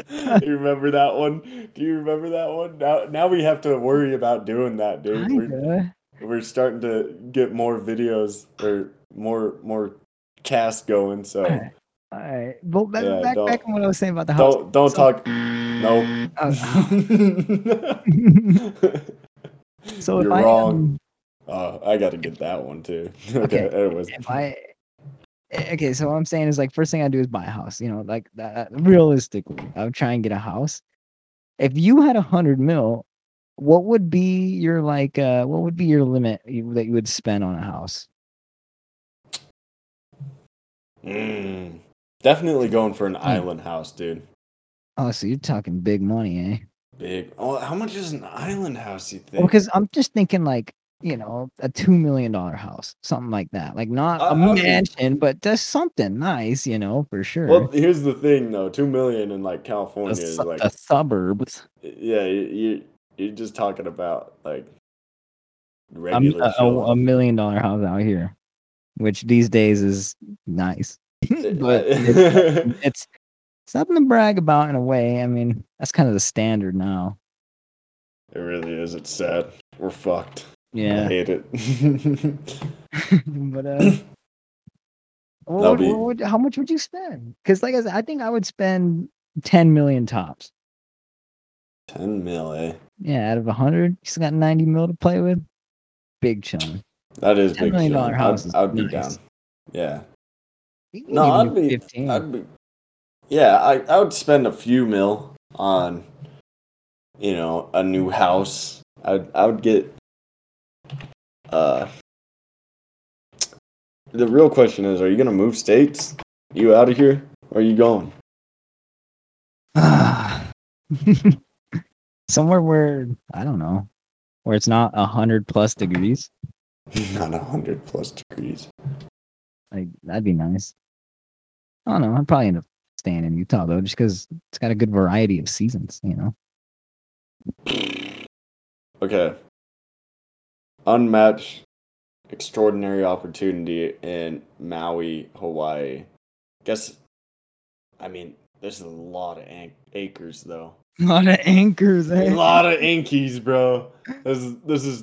Speaker 2: remember that one? Do you remember that one? Now, now we have to worry about doing that, dude. We're,
Speaker 3: Kinda.
Speaker 2: we're starting to get more videos or more more cast going. So
Speaker 3: All right. Well, that,
Speaker 2: Yeah,
Speaker 3: back
Speaker 2: don't-
Speaker 3: back on what I was saying about the house. Uh,
Speaker 2: don't don't
Speaker 3: So-
Speaker 2: talk. Nope. <laughs>
Speaker 3: <laughs> so if
Speaker 2: You're
Speaker 3: I
Speaker 2: wrong.
Speaker 3: um,
Speaker 2: Uh, I got to get that one too. <laughs> okay,
Speaker 3: Okay.
Speaker 2: anyways.
Speaker 3: if I eh, okay, so what I'm saying is like first thing I do is buy a house. You know, like that, that- realistically, I would try and get a house. If you had a hundred mil, what would be your like? uh What would be your limit you, that you would spend on a house?
Speaker 2: Mm. Definitely going for an
Speaker 3: Hmm.
Speaker 2: island house, dude.
Speaker 3: Oh, so you're talking big money, eh?
Speaker 2: Big. Oh, how much is an island house? You think?
Speaker 3: Because I'm just thinking like you know a two million dollar house, something like that. Like not
Speaker 2: Uh,
Speaker 3: a
Speaker 2: I would-
Speaker 3: mansion, but just something nice, you know, for sure.
Speaker 2: Well, here's the thing though: two million in like California
Speaker 3: the,
Speaker 2: is
Speaker 3: su-
Speaker 2: like,
Speaker 3: the suburbs.
Speaker 2: yeah, you, you you're just talking about like
Speaker 3: I'm
Speaker 2: regular.
Speaker 3: a, a,
Speaker 2: children.
Speaker 3: a million dollar house out here, which these days is nice, <laughs>
Speaker 2: <laughs>
Speaker 3: but it's, it's it's nothing to brag about in a way. I mean, that's kind of the standard now.
Speaker 2: it really is. It's sad. We're fucked. I
Speaker 3: Yeah,
Speaker 2: hate it. <laughs>
Speaker 3: <laughs> but uh,
Speaker 2: That'll
Speaker 3: what, would-
Speaker 2: be-
Speaker 3: what would- how much would you spend? Because like I said, I think I would spend ten million tops.
Speaker 2: Ten mil, eh?
Speaker 3: Yeah, out of a hundred, you still got ninety mil to play with. Big chunk.
Speaker 2: That is
Speaker 3: $10
Speaker 2: big.
Speaker 3: million
Speaker 2: shit.
Speaker 3: dollar house is
Speaker 2: I'd, I'd be
Speaker 3: nice.
Speaker 2: down. Yeah.
Speaker 3: You can
Speaker 2: No,
Speaker 3: even
Speaker 2: I'd
Speaker 3: do
Speaker 2: be.
Speaker 3: 15.
Speaker 2: I'd be. Yeah, I I would spend a few mil on, you know, a new house. I'd I would get. Uh. The real question is: Are you gonna move states? You out of here? Or are you going? <laughs>
Speaker 3: Ah. <sighs>
Speaker 2: <laughs>
Speaker 3: somewhere where I don't know, where it's not a hundred plus degrees.
Speaker 2: Not a hundred plus degrees.
Speaker 3: Like that'd be nice. I don't know. I'd probably end up staying in Utah though, just because it's got a good variety of seasons. You know.
Speaker 2: Okay. Unmatched, extraordinary opportunity in Maui, Hawaii. Guess, I mean, there's a lot of an- acres though.
Speaker 3: A lot of anchors. eh?
Speaker 2: A lot of Inkies, bro. This is this is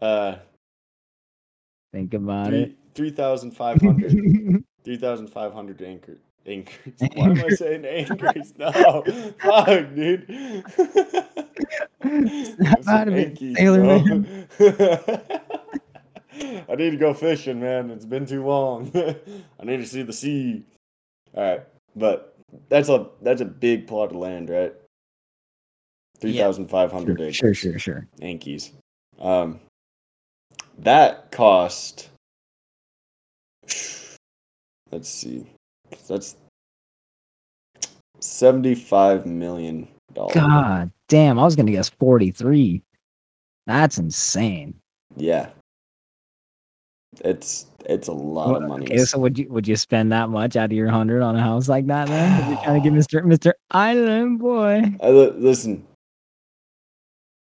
Speaker 2: uh
Speaker 3: <laughs> Think about it.
Speaker 2: three three thousand five
Speaker 3: <laughs>
Speaker 2: hundred. Three thousand five hundred anchor anchors. Why am I
Speaker 3: Anchor.
Speaker 2: saying anchors? No, fuck, dude. <laughs> That's
Speaker 3: out
Speaker 2: some
Speaker 3: of <laughs> it,
Speaker 2: Yankees,
Speaker 3: Sailor
Speaker 2: bro.
Speaker 3: Man.
Speaker 2: <laughs> I need to go fishing, man. It's been too long. <laughs> I need to see the sea. All right, but that's a that's a big plot of land, right? Three thousand five hundred acres.
Speaker 3: Sure, sure, sure.
Speaker 2: Yankees. Um, that cost. <sighs> Let's see. That's seventy-five million dollars.
Speaker 3: God damn! I was gonna guess forty-three. That's insane.
Speaker 2: Yeah. It's it's a lot
Speaker 3: Well,
Speaker 2: of money.
Speaker 3: Okay, so would you would you spend that much out of your hundred on a house like that? Then if you're
Speaker 2: <sighs>
Speaker 3: trying to get Mister Mister Island Boy.
Speaker 2: I Uh, li- listen,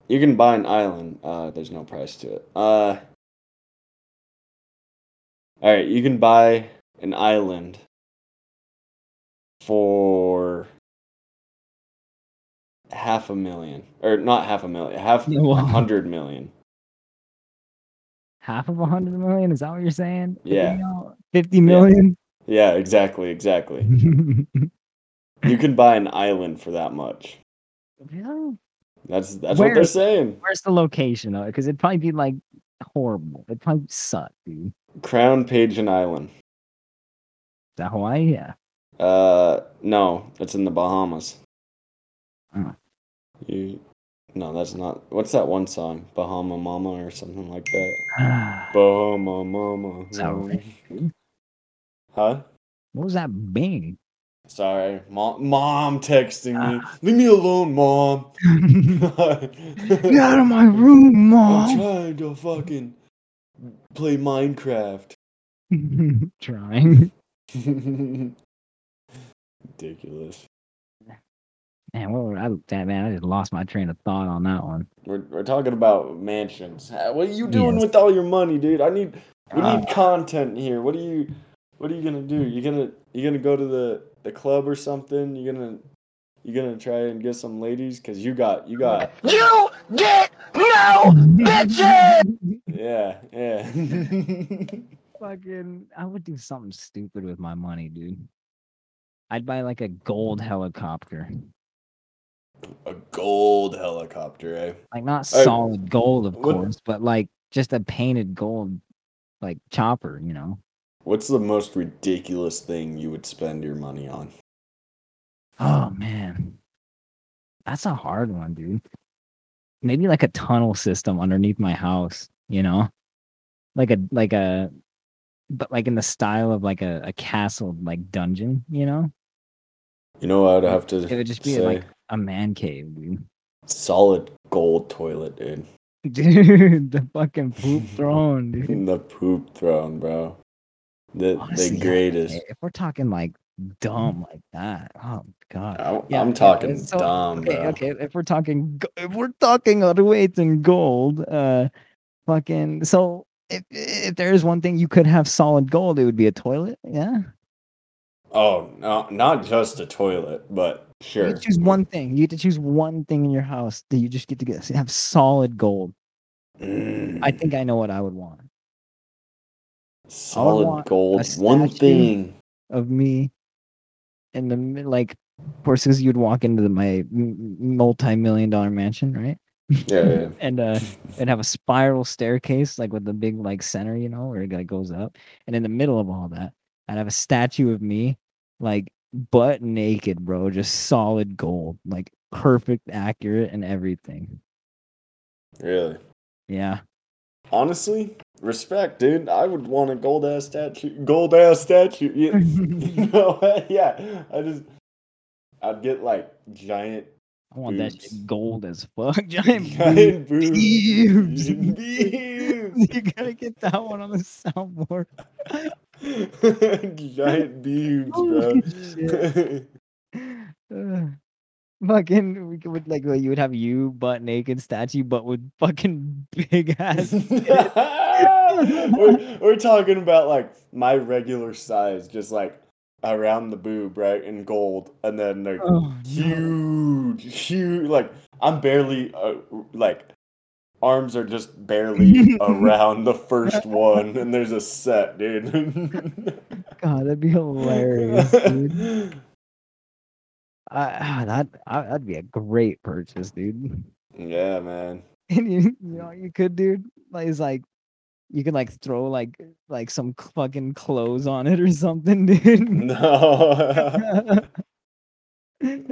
Speaker 2: you can buy an island. Uh, there's no price to it. Uh, all right, you can buy an island for half a million, or not half a million,
Speaker 3: <laughs>
Speaker 2: half
Speaker 3: Yeah, well-
Speaker 2: a hundred million.
Speaker 3: half of a hundred million. Is that what you're saying?
Speaker 2: Yeah. <laughs>
Speaker 3: fifty million.
Speaker 2: Yeah, exactly, exactly. You can buy an island for that much.
Speaker 3: really?
Speaker 2: That's that's what
Speaker 3: Where?
Speaker 2: they're saying.
Speaker 3: Where's the location though? Because it'd probably be like horrible. It'd probably suck, dude. Is
Speaker 2: Crown Pageant Island.
Speaker 3: that Hawaii? Yeah.
Speaker 2: Uh, no, it's in the Bahamas.
Speaker 3: Oh.
Speaker 2: You, no, that's not. What's that one song? Bahama Mama or something like that.
Speaker 3: <sighs> what
Speaker 2: Bahama Mama.
Speaker 3: Sour
Speaker 2: mama. Huh?
Speaker 3: was that
Speaker 2: <laughs>
Speaker 3: being?
Speaker 2: Sorry, mom. Mom texting me.
Speaker 3: Ah.
Speaker 2: Leave me alone,
Speaker 3: <laughs>
Speaker 2: mom.
Speaker 3: Get out
Speaker 2: Get
Speaker 3: of my
Speaker 2: <laughs>
Speaker 3: room,
Speaker 2: I'm
Speaker 3: mom.
Speaker 2: trying to fucking play Minecraft. <laughs>
Speaker 3: <laughs> Trying.
Speaker 2: Ridiculous.
Speaker 3: Man, what would I that man? I just lost my train of thought on that one.
Speaker 2: We're, we're talking about mansions. Uh, What are you doing
Speaker 3: Yes.
Speaker 2: with all your money, dude? I need we
Speaker 3: Uh,
Speaker 2: need content here. What are you what are you gonna do? You gonna you gonna go to the the club or something? You gonna you gonna try and get some ladies? Cause you got you
Speaker 3: <laughs>
Speaker 2: got
Speaker 9: You get no bitches!
Speaker 2: yeah yeah.
Speaker 3: Fucking, I would do something stupid with my money, dude. I'd buy like a gold helicopter.
Speaker 2: a gold helicopter, eh?
Speaker 3: like not
Speaker 2: Alright,
Speaker 3: solid gold, of
Speaker 2: what-
Speaker 3: course, but like just a painted gold, like chopper. You know,
Speaker 2: What's the most ridiculous thing you would spend your money on?
Speaker 3: Oh man, that's a hard one, dude. Maybe like a tunnel system underneath my house, you know, like a like a, but like in the style of like a, a castle like dungeon, you know.
Speaker 2: You know, I'd have to
Speaker 3: It would just be
Speaker 2: say
Speaker 3: like a man cave, dude. <laughs>
Speaker 2: solid gold toilet, dude.
Speaker 3: Dude, the fucking poop throne, dude.
Speaker 2: the poop throne, bro. The
Speaker 3: Honestly,
Speaker 2: the
Speaker 3: Oh, yeah,
Speaker 2: greatest.
Speaker 3: If we're talking like dumb like that, oh god.
Speaker 2: I'm,
Speaker 3: Yeah,
Speaker 2: I'm
Speaker 3: yeah,
Speaker 2: talking
Speaker 3: so-
Speaker 2: dumb,
Speaker 3: okay,
Speaker 2: bro.
Speaker 3: okay. If we're talking, go- if we're talking other weights in gold, uh, fucking. So if if there is one thing you could have solid gold, it would be a toilet. Yeah.
Speaker 2: Oh, no, not just a toilet, but
Speaker 3: You
Speaker 2: sure.
Speaker 3: could choose one thing. You get to choose one thing in your house that you just get to get have solid gold.
Speaker 2: Mm,
Speaker 3: I think I know what I would want
Speaker 2: solid
Speaker 3: want
Speaker 2: gold.
Speaker 3: a
Speaker 2: One
Speaker 3: statue.
Speaker 2: thing.
Speaker 3: of me. And the mi- like, of course, 'cause you'd walk into the, my m- multi-million dollar mansion, right?
Speaker 2: Yeah, yeah.
Speaker 3: and uh and have a spiral staircase like with the big like center you know where it like, goes up and in the middle of all that i'd have a statue of me like butt naked bro just solid gold like perfect accurate and everything
Speaker 2: Really.
Speaker 3: yeah
Speaker 2: Honestly, respect, dude. I would want a gold ass statue. Gold ass statue. Yeah.
Speaker 3: <laughs>
Speaker 2: you <laughs> know what? Yeah. I just I'd get like
Speaker 3: <laughs>
Speaker 2: giant
Speaker 3: i want that
Speaker 2: Boobs.
Speaker 3: shit gold as fuck
Speaker 2: <laughs>
Speaker 3: <laughs> giant boob.
Speaker 2: giant boobs. <laughs>
Speaker 3: Boobs.
Speaker 2: Boobs.
Speaker 3: <laughs> you gotta get that one on the <laughs> soundboard
Speaker 2: <laughs> giant boobs, bro.
Speaker 3: Ugh. Fucking, we could would, like you would have you butt naked statue, but with fucking <laughs> big
Speaker 2: <laughs> <laughs>
Speaker 3: ass
Speaker 2: we're, we're talking about like my regular size, just like around the boob, right? In gold, and then like
Speaker 3: Oh, no.
Speaker 2: huge, huge. Like I'm barely uh, like arms are just
Speaker 3: <laughs>
Speaker 2: barely around the first one, and there's a set, dude.
Speaker 3: God, that'd be hilarious,
Speaker 2: <laughs>
Speaker 3: dude. I, ah, that I, that'd be a great purchase, dude. <laughs>
Speaker 2: yeah, man. <laughs>
Speaker 3: And you, you know, what you could, dude, like, is like, you could like throw like like some c- fucking clothes on it or something, <laughs> dude.
Speaker 2: No. <laughs>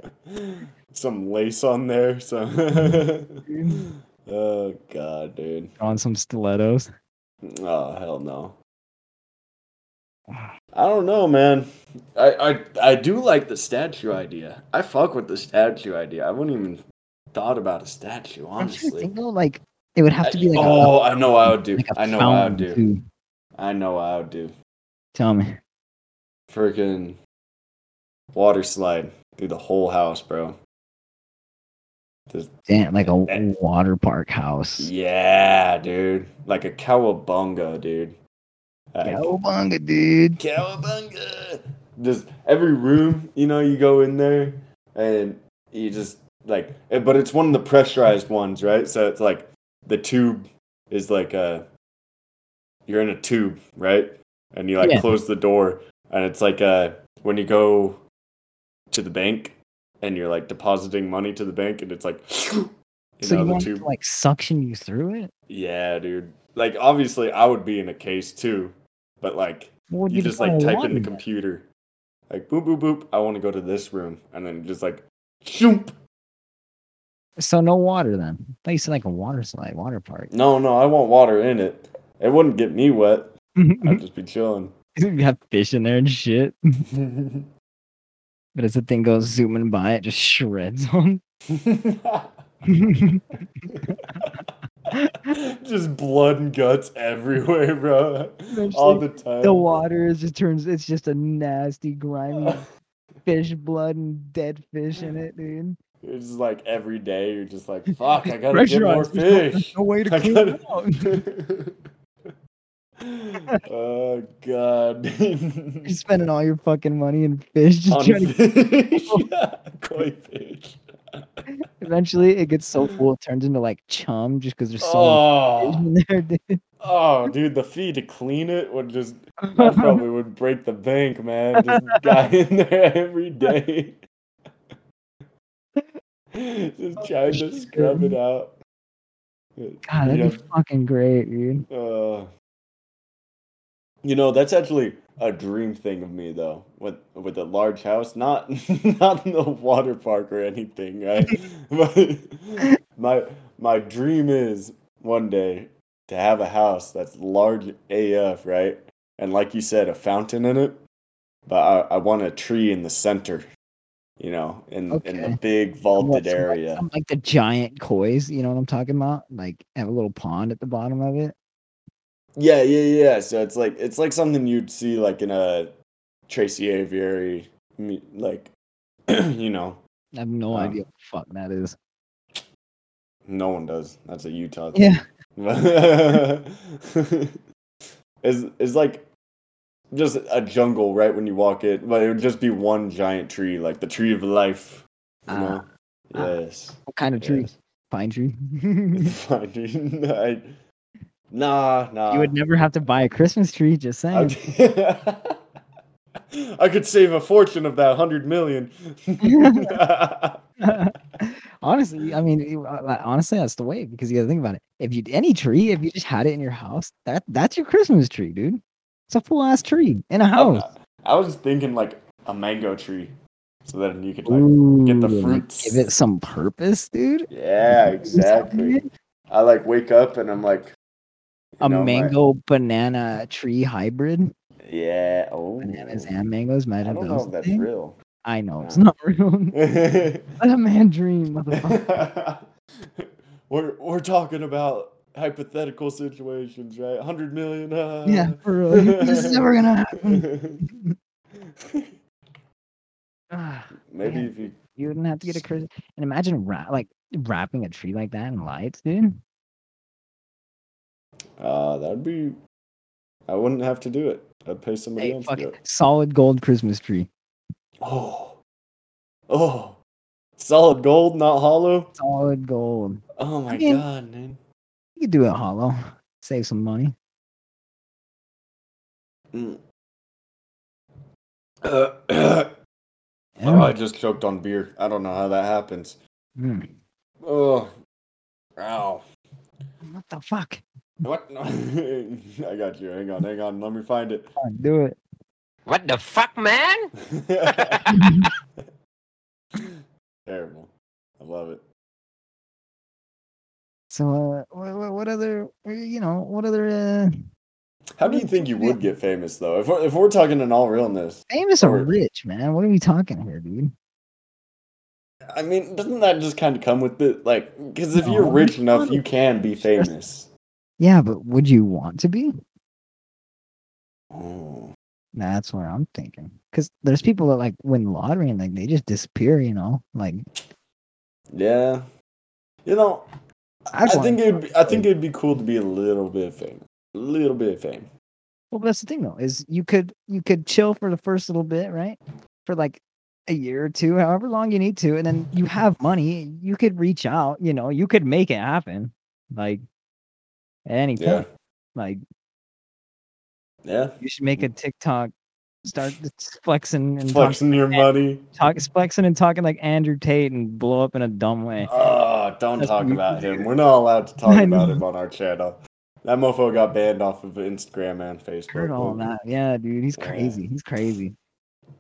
Speaker 2: some lace on there. Some. <laughs> oh god, dude.
Speaker 3: <laughs> on some stilettos.
Speaker 2: Oh hell no. I don't know, man. I, I I do like the statue idea. I fuck with the statue idea. I wouldn't even thought about a statue,
Speaker 3: I'm trying to
Speaker 2: honestly.
Speaker 3: think though, like it would have to be like
Speaker 2: oh, I know what I would do.
Speaker 3: a, like a
Speaker 2: I know what I would do.
Speaker 3: fountain, too.
Speaker 2: I know what I would do.
Speaker 3: Tell me,
Speaker 2: Freaking water slide through the whole house, bro.
Speaker 3: damn, like a
Speaker 2: That-
Speaker 3: water park house.
Speaker 2: Yeah, dude. Like a cowabunga, dude. Like,
Speaker 3: Cowabunga, dude.
Speaker 2: Cowabunga! Just every room, you know, you go in there and you just like, eh, but it's one of the pressurized ones, right? So it's like the tube is like a, you're in a tube, right? And you like
Speaker 3: Yeah.
Speaker 2: close the door, and it's like a when you go to the bank and you're like depositing money to the bank, and it's like, <gasps> you
Speaker 3: so you
Speaker 2: know, the
Speaker 3: want it
Speaker 2: tube.
Speaker 3: to like suction you through it?
Speaker 2: Yeah, dude. Like obviously, I would be in a case too, but like
Speaker 3: What would
Speaker 2: you
Speaker 3: be the
Speaker 2: just like
Speaker 3: point of
Speaker 2: type in the
Speaker 3: wanting that?
Speaker 2: computer, like boop boop boop. I want to go to this room, and then just like shoop.
Speaker 3: So no water then. They said like a water slide,
Speaker 2: <laughs>
Speaker 3: water park. <laughs>
Speaker 2: No, no, I want water in it. It wouldn't get me wet. I'd just be chilling. <laughs>
Speaker 3: <laughs> you have fish in there and shit. But as the thing goes zooming by, it just shreds <laughs> on. <laughs>
Speaker 2: just blood and guts everywhere, <laughs> bro. All the time.
Speaker 3: the water is just turns. It's just a
Speaker 2: <laughs>
Speaker 3: nasty, grimy fish blood and dead fish in it, dude.
Speaker 2: It's just like every day you're just like, fuck, I gotta get
Speaker 3: Pressure on
Speaker 2: more
Speaker 3: us, there's no- there's
Speaker 2: fish.
Speaker 3: No way to
Speaker 2: I
Speaker 3: clean it out. <laughs>
Speaker 2: gotta- oh god.
Speaker 3: You're spending all your fucking money in
Speaker 2: <laughs>
Speaker 3: fish. Just
Speaker 2: On
Speaker 3: trying to,
Speaker 2: fish. yeah, <laughs> koi fish.
Speaker 3: eventually, it
Speaker 2: <laughs>
Speaker 3: gets so full, it turns into like chum, just because there's so much
Speaker 2: Oh,
Speaker 3: fish in there, dude.
Speaker 2: <laughs> oh, dude, the fee to clean it would just <laughs> that probably would break the bank, man. <laughs> Just guy in there every <laughs> day. just trying to scrub it out.
Speaker 3: <laughs> God, that'd
Speaker 2: You'd
Speaker 3: be fucking great, dude.
Speaker 2: Uh, You know, that's actually a dream thing of me though. With with a large house, not <laughs> not in the water park or anything, right? <laughs> but my my dream is one day to have a house that's large AF, right? And like you said, a fountain in it. But I, I want a tree in the center, you know, in in
Speaker 3: Okay.
Speaker 2: the big
Speaker 3: Well,
Speaker 2: vaulted
Speaker 3: some like-
Speaker 2: area.
Speaker 3: some like the giant koi,s you know what I'm talking about? Like have a little pond at the bottom of it.
Speaker 2: Yeah, yeah, yeah. So it's like it's like something you'd see like in a Tracy Aviary, me- like <clears throat> you know,
Speaker 3: I have no
Speaker 2: Wow.
Speaker 3: idea what the fuck that is.
Speaker 2: no one does. That's a Utah thing.
Speaker 3: Yeah.
Speaker 2: <laughs> is is like just a jungle right when you walk it, but it would just be one giant tree, like the tree of life. You
Speaker 3: Ah,
Speaker 2: know?
Speaker 3: ah.
Speaker 2: yes.
Speaker 3: What kind of tree?
Speaker 2: yes.
Speaker 3: Pine tree. <laughs>
Speaker 2: <laughs> Fine, dude. I- nah, nah.
Speaker 3: you would never have to buy a Christmas tree, just saying.
Speaker 2: I- <laughs> I could save a fortune of that hundred
Speaker 3: <laughs>
Speaker 2: million. <laughs>
Speaker 3: honestly, I mean, you- uh, like, honestly, that's the way because you got to think about it. If you any tree, if you just had it in your house, that that's your Christmas tree, dude. It's a full ass tree in
Speaker 2: Oh,
Speaker 3: a house.
Speaker 2: I was thinking like a mango tree, so then you could like.
Speaker 3: Ooh,
Speaker 2: get the
Speaker 3: like,
Speaker 2: fruits.
Speaker 3: Give it some purpose, dude.
Speaker 2: Yeah,
Speaker 3: Do something with
Speaker 2: exactly.
Speaker 3: it.
Speaker 2: I like wake up and I'm like you
Speaker 3: A
Speaker 2: know, my-
Speaker 3: mango banana tree hybrid.
Speaker 2: Yeah. Oh.
Speaker 3: Bananas and mangoes.
Speaker 2: I
Speaker 3: Imagine
Speaker 2: don't know
Speaker 3: those
Speaker 2: if that's
Speaker 3: things.
Speaker 2: real.
Speaker 3: I know it's not real. <laughs> Let a man dream, motherfucker.
Speaker 2: <laughs> we're we're talking about hypothetical situations, right? Hundred million. Uh... <laughs>
Speaker 3: yeah, for real. this is never gonna happen.
Speaker 2: <laughs>
Speaker 3: Ah.
Speaker 2: Maybe
Speaker 3: Man.
Speaker 2: if you
Speaker 3: You wouldn't have to get a Christmas. And imagine wrap, like wrapping a tree like that in lights, dude.
Speaker 2: uh that'd be I wouldn't have to do it. I'd pay somebody
Speaker 3: Hey,
Speaker 2: else
Speaker 3: fuck
Speaker 2: to do
Speaker 3: it.
Speaker 2: it.
Speaker 3: Solid gold Christmas tree.
Speaker 2: Oh. Oh. Solid gold, not hollow.
Speaker 3: Solid gold.
Speaker 2: Oh my
Speaker 3: mean-
Speaker 2: god,
Speaker 3: <coughs>
Speaker 2: man.
Speaker 3: You could do it hollow. Save some money.
Speaker 2: Mm. Uh, Oh, I just choked on beer. I don't know how that happens.
Speaker 3: Mm.
Speaker 2: Oh, ow!
Speaker 3: What the fuck?
Speaker 2: What? <laughs> I got you. Hang on, hang on. Let me find it. <laughs>
Speaker 3: Come on, do it.
Speaker 9: What the fuck, man?
Speaker 2: Terrible. I love it.
Speaker 3: So, uh, what, what other, uh, you know, what other uh,
Speaker 2: How do you think you would get famous though? If we're, if we're talking in all realness,
Speaker 3: famous or
Speaker 2: Or-
Speaker 3: rich, man? What are we talking here, dude?
Speaker 2: I mean, doesn't that just kind of come with it? Like, because if you're
Speaker 3: No,
Speaker 2: rich
Speaker 3: you
Speaker 2: enough,
Speaker 3: gotta
Speaker 2: you can be famous.
Speaker 3: Yeah, but would you want to be?
Speaker 2: Oh.
Speaker 3: That's what I'm thinking. Because there's people that like win lottery and like they just disappear, you know? Like,
Speaker 2: Yeah. You know,
Speaker 3: I'd
Speaker 2: I
Speaker 3: wanna
Speaker 2: think
Speaker 3: be
Speaker 2: it'd be, I think it'd be cool to be a little bit of fame. A little bit of fame.
Speaker 3: Well, that's the thing though, is you could you could chill for the first little bit, right? For like a year or two, however long you need to, and then you have money, you could reach out, you know, you could make it happen. Like at any
Speaker 2: Yeah.
Speaker 3: point. Like
Speaker 2: Yeah.
Speaker 3: you should make a TikTok, start just flexing and talk,
Speaker 2: Flexing your money.
Speaker 3: talk flexing and talking like Andrew Tate and blow up in a dumb way.
Speaker 2: Oh, don't
Speaker 3: That's
Speaker 2: talk
Speaker 3: what we
Speaker 2: about
Speaker 3: do.
Speaker 2: him. We're not allowed
Speaker 3: <laughs>
Speaker 2: to talk
Speaker 3: I
Speaker 2: about
Speaker 3: know.
Speaker 2: him on our channel. That mofo got banned off of Instagram and Facebook.
Speaker 3: Heard all that. Yeah, dude, he's
Speaker 2: Yeah.
Speaker 3: crazy. He's crazy.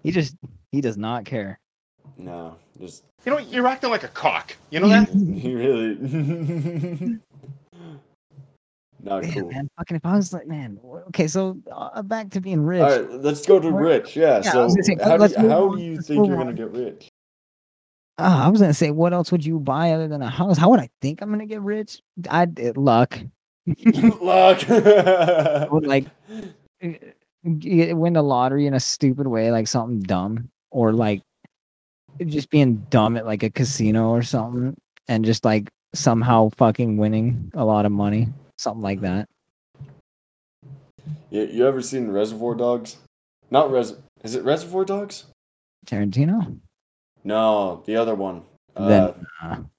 Speaker 3: He just he does not care.
Speaker 2: No, just <laughs>
Speaker 5: You know, you're acting like a cock. You know
Speaker 3: <laughs>
Speaker 5: that?
Speaker 2: he really. <laughs> not
Speaker 3: Yeah, <laughs>
Speaker 2: cool.
Speaker 3: man, fucking if I was like, man, wh- okay, so uh, back to being rich.
Speaker 2: All right, let's go to
Speaker 3: Where-
Speaker 2: rich. Yeah.
Speaker 3: Yeah, I
Speaker 2: so
Speaker 3: was gonna say,
Speaker 2: how, do
Speaker 3: let's
Speaker 2: you,
Speaker 3: move
Speaker 2: how
Speaker 3: on,
Speaker 2: do you
Speaker 3: let's
Speaker 2: think
Speaker 3: move
Speaker 2: you're
Speaker 3: on.
Speaker 2: gonna get
Speaker 3: <laughs>
Speaker 2: rich? <laughs>
Speaker 3: Ah, I was gonna say, what else would you buy other than a house? How would I think I'm gonna get rich? I'd it, luck.
Speaker 2: Luck.
Speaker 3: I would like uh, g- win the lottery in a stupid way, like something dumb, or like just being dumb at like a casino or something, and just like somehow fucking winning a lot of money, something like
Speaker 2: Mm-hmm.
Speaker 3: that.
Speaker 2: <laughs> You, you ever seen Reservoir Dogs? Not res. Is it Reservoir Dogs?
Speaker 3: Tarantino,
Speaker 2: No, the other one. Uh,
Speaker 3: Then-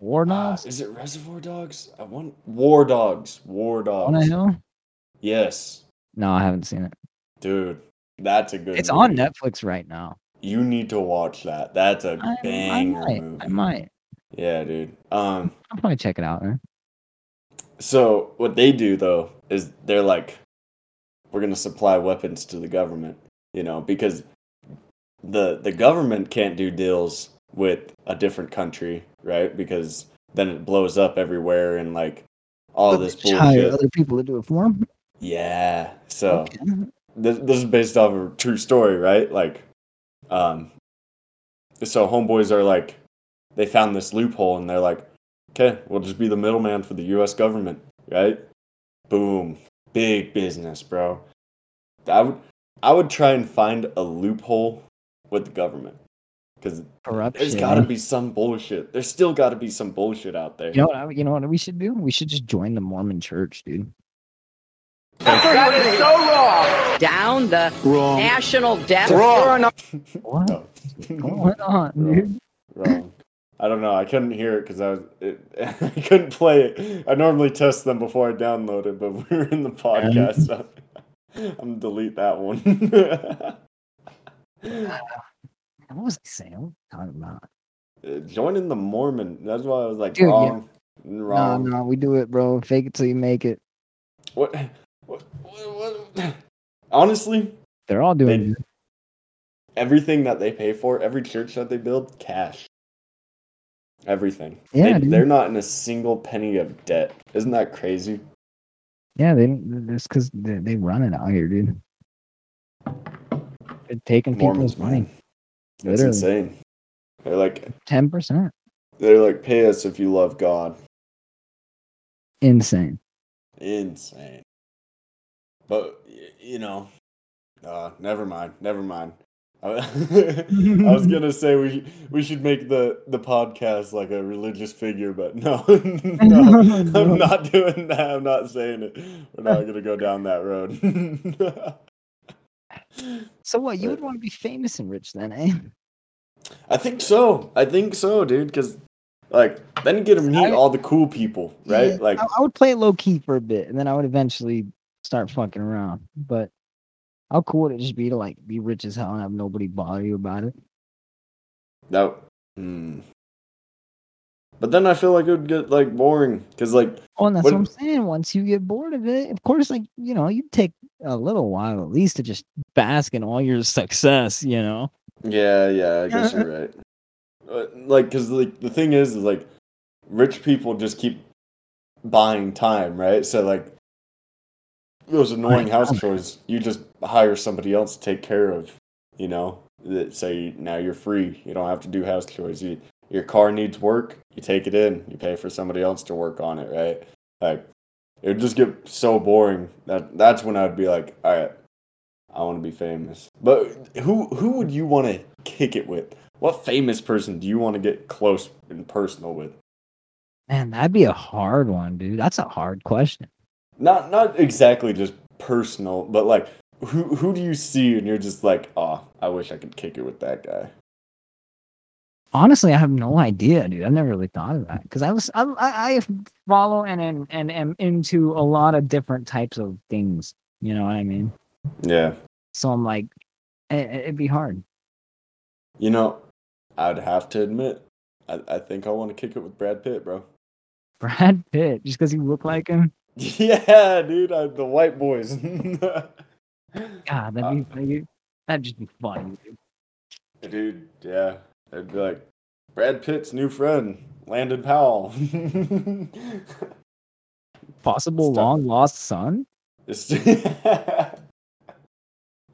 Speaker 3: War
Speaker 2: ah,
Speaker 3: Dogs,
Speaker 2: is it Reservoir Dogs? I want War Dogs. War
Speaker 3: on a
Speaker 2: Dogs.
Speaker 3: hill.
Speaker 2: Yes,
Speaker 3: No, I haven't seen it.
Speaker 2: dude, that's a good.
Speaker 3: It's on
Speaker 2: movie.
Speaker 3: Netflix right now.
Speaker 2: You need to watch that. That's a
Speaker 3: I, I
Speaker 2: banger
Speaker 3: might,
Speaker 2: movie.
Speaker 3: I might.
Speaker 2: Yeah, dude. Um.
Speaker 3: I'll probably check it out. Man.
Speaker 2: So what they do though is they're like we're going to supply weapons to the government, you know, because the the government can't do deals with a different country, right? Because then it blows up everywhere and like all this
Speaker 3: Just hire
Speaker 2: bullshit. Oh.
Speaker 3: other people to do it for them.
Speaker 2: Yeah. So this, this is based off of a true story, right? Like, um, so homeboys are like, they found this loophole and they're like, okay, we'll just be the middleman for the U.S. government, right? Boom, big business, bro. I would, I would try and find a loophole with the government because
Speaker 3: Corruption.
Speaker 2: there's got to be some bullshit. There's still got to be some bullshit out there.
Speaker 3: You know what? I, you know what we should do? We should just join the Mormon Church, dude.
Speaker 10: Down the
Speaker 6: Wrong.
Speaker 10: national debt.
Speaker 3: What?
Speaker 2: No.
Speaker 3: What's going on,
Speaker 2: No.
Speaker 3: dude?
Speaker 2: wrong. I don't know. I couldn't hear it because I was it, <laughs> I couldn't play it. I normally test them before I download it, but <laughs> we were in the podcast. So <laughs> I'm gonna delete that one. <laughs>
Speaker 3: What was I saying? What was I talking about?
Speaker 2: Uh, Joining the Mormon. That's why I was like
Speaker 3: Dude, yeah.
Speaker 2: wrong, wrong.
Speaker 3: No, no, we do it, bro. Fake it till you make it.
Speaker 2: What, what, what, what? Honestly,
Speaker 3: They're all
Speaker 2: They-
Speaker 3: doing. it.
Speaker 2: everything that they pay for, every church that they build, cash. Everything.
Speaker 3: Yeah,
Speaker 2: they,
Speaker 3: dude.
Speaker 2: they're not in a single penny of debt. Isn't that crazy?
Speaker 3: Yeah, they don't. It's because they, they run it out here, dude. They're taking people's money.
Speaker 2: That's
Speaker 3: Literally.
Speaker 2: insane. They're like
Speaker 3: Ten percent.
Speaker 2: they're like pay us if you love God.
Speaker 3: Insane.
Speaker 2: Insane. But y- you know, uh, never mind. Never mind. <laughs> I I was gonna say we we should make the the podcast like a religious figure, but no, <laughs>
Speaker 3: <laughs>
Speaker 2: no, I'm not doing that. I'm not saying it. We're not gonna go down that road. <laughs>
Speaker 3: So what? You
Speaker 2: But-
Speaker 3: would want to be famous and rich then, eh?
Speaker 2: I think so. I think so, dude. Because like then you get to meet
Speaker 3: I-
Speaker 2: all the cool people, right? Like
Speaker 3: I, I would play it low key for a bit, and then I would eventually start fucking around. But how cool would it just be to like be rich as hell and have nobody bother you about it?
Speaker 2: that. Hmm. But then I feel like it would get like boring because like
Speaker 3: Oh, and that's
Speaker 2: What-
Speaker 3: what, I'm saying. Once you get bored of it, of course, like you know, you take a little while at least to just bask in all your success. You know,
Speaker 2: yeah, yeah. I guess you're right. But, Like because like the thing is, is like rich people just keep buying time, right? So like those annoying house chores, you just hire somebody else to take care of. You know, that so you, now you're free. You don't have to do house chores. You, your car needs work. You take it in. You pay for somebody else to work on it, right? Like it would just get so boring that that's when I'd be like, all right, I want to be famous. But who who would you want to kick it with? What famous person do you want to get close and personal with?
Speaker 3: man, that'd be a hard one, dude. That's a hard question.
Speaker 2: not not exactly just personal, but like who who do you see and you're just like, oh, I wish I could kick it with that guy.
Speaker 3: Honestly, I have no idea, dude. I've never really thought of that because I was I, I I follow and, and and am into a lot of different types of things. You know what I mean?
Speaker 2: Yeah.
Speaker 3: So I'm like, it, it'd be hard. <laughs>
Speaker 2: You know, I'd have to admit, I, I think I want to kick it with Brad Pitt, bro. <laughs>
Speaker 3: Brad Pitt, just because you look like him.
Speaker 2: Yeah, dude, I, the white boys. <laughs>
Speaker 3: God,
Speaker 2: Uh,
Speaker 3: that'd be like, that'd just be fun. dude.
Speaker 2: dude, yeah. I'd be like, Brad Pitt's new friend, Landon Powell. <laughs>
Speaker 3: Possible
Speaker 2: Stuff.
Speaker 3: long lost son.
Speaker 2: It's- <laughs>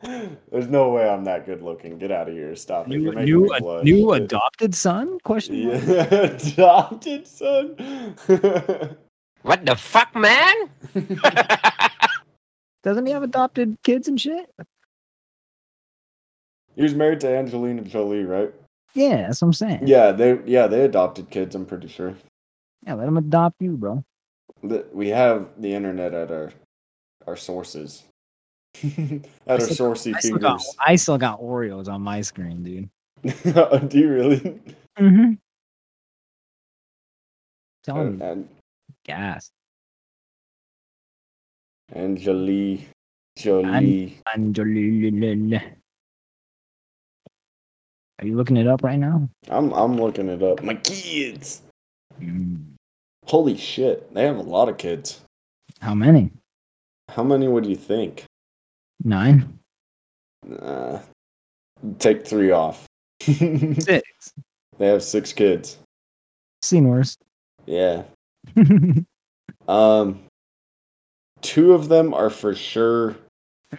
Speaker 2: There's no way I'm that good looking. Get out of here. Stop it.
Speaker 3: New
Speaker 2: You're making
Speaker 3: new,
Speaker 2: me
Speaker 3: ad-
Speaker 2: blush.
Speaker 3: new
Speaker 2: Yeah.
Speaker 3: adopted son? Question mark. <laughs>
Speaker 2: Yeah, adopted son.
Speaker 10: What the fuck, man?
Speaker 3: Doesn't he have adopted kids and shit?
Speaker 2: <laughs> he was married to Angelina Jolie, right?
Speaker 3: Yeah, that's what I'm saying. Yeah,
Speaker 2: Yeah, they yeah they adopted kids. I'm pretty sure
Speaker 3: let him adopt you, bro.
Speaker 2: Th- we have the internet at our our sources. <laughs> at our
Speaker 3: still-
Speaker 2: sourcy
Speaker 3: I still, got,
Speaker 2: fingers.
Speaker 3: I still got Oreos on my screen, dude.
Speaker 2: <laughs> Do you really?
Speaker 3: Mm-hmm.
Speaker 2: <laughs>
Speaker 3: Telling
Speaker 2: And
Speaker 3: me, gas.
Speaker 2: Angelie Jolie.
Speaker 3: Angelina. Are you looking it up right now?
Speaker 2: I'm I'm looking it up. My kids.
Speaker 3: Mm.
Speaker 2: Holy shit! They have a lot of kids.
Speaker 3: How many?
Speaker 2: How many would you think?
Speaker 3: Nine.
Speaker 2: Uh, take three off. <laughs> they
Speaker 3: Six.
Speaker 2: have six kids.
Speaker 3: Seen worse. <laughs>
Speaker 2: Yeah. Um, two of them are for sure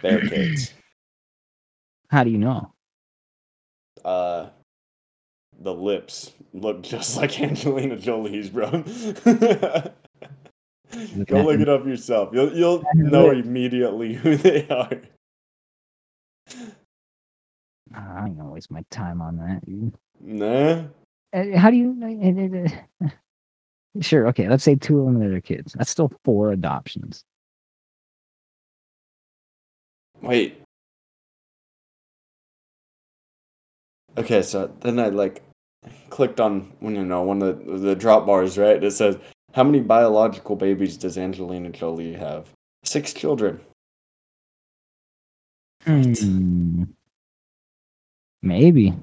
Speaker 2: their kids.
Speaker 3: How do you know?
Speaker 2: Uh, the lips look just like <laughs> Angelina Jolie's, bro. Go
Speaker 3: at
Speaker 2: look
Speaker 3: them.
Speaker 2: it up yourself. You'll you'll know immediately who they are.
Speaker 3: Ah, I ain't gonna waste my time on that. dude.
Speaker 2: Nah.
Speaker 3: Uh, How do you? know- uh, uh, uh, Sure. Okay. Let's say two of them are their kids. That's still four adoptions.
Speaker 2: Wait. Okay, so then I like clicked on when you know one of the, the drop bars, right? It says how many biological babies does Angelina Jolie have? Six children.
Speaker 3: Hmm. Maybe.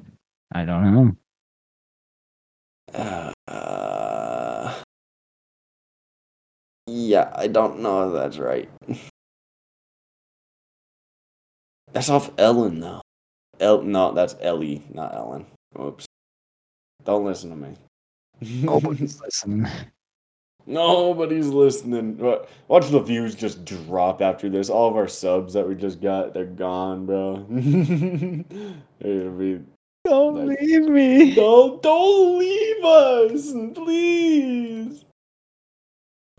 Speaker 3: I don't know.
Speaker 2: Uh, yeah, I don't know if that's right. <laughs> That's off Ellen though. El no, that's Ellie, not Ellen. Oops. Don't listen to me. <laughs>
Speaker 3: Nobody's listening.
Speaker 2: Nobody's listening. Wa- Watch the views just drop after this. All of our subs that we just got, they're gone, bro. <laughs> They're gonna be-
Speaker 3: Don't
Speaker 2: Like-
Speaker 3: leave me.
Speaker 2: no, don't leave us, please.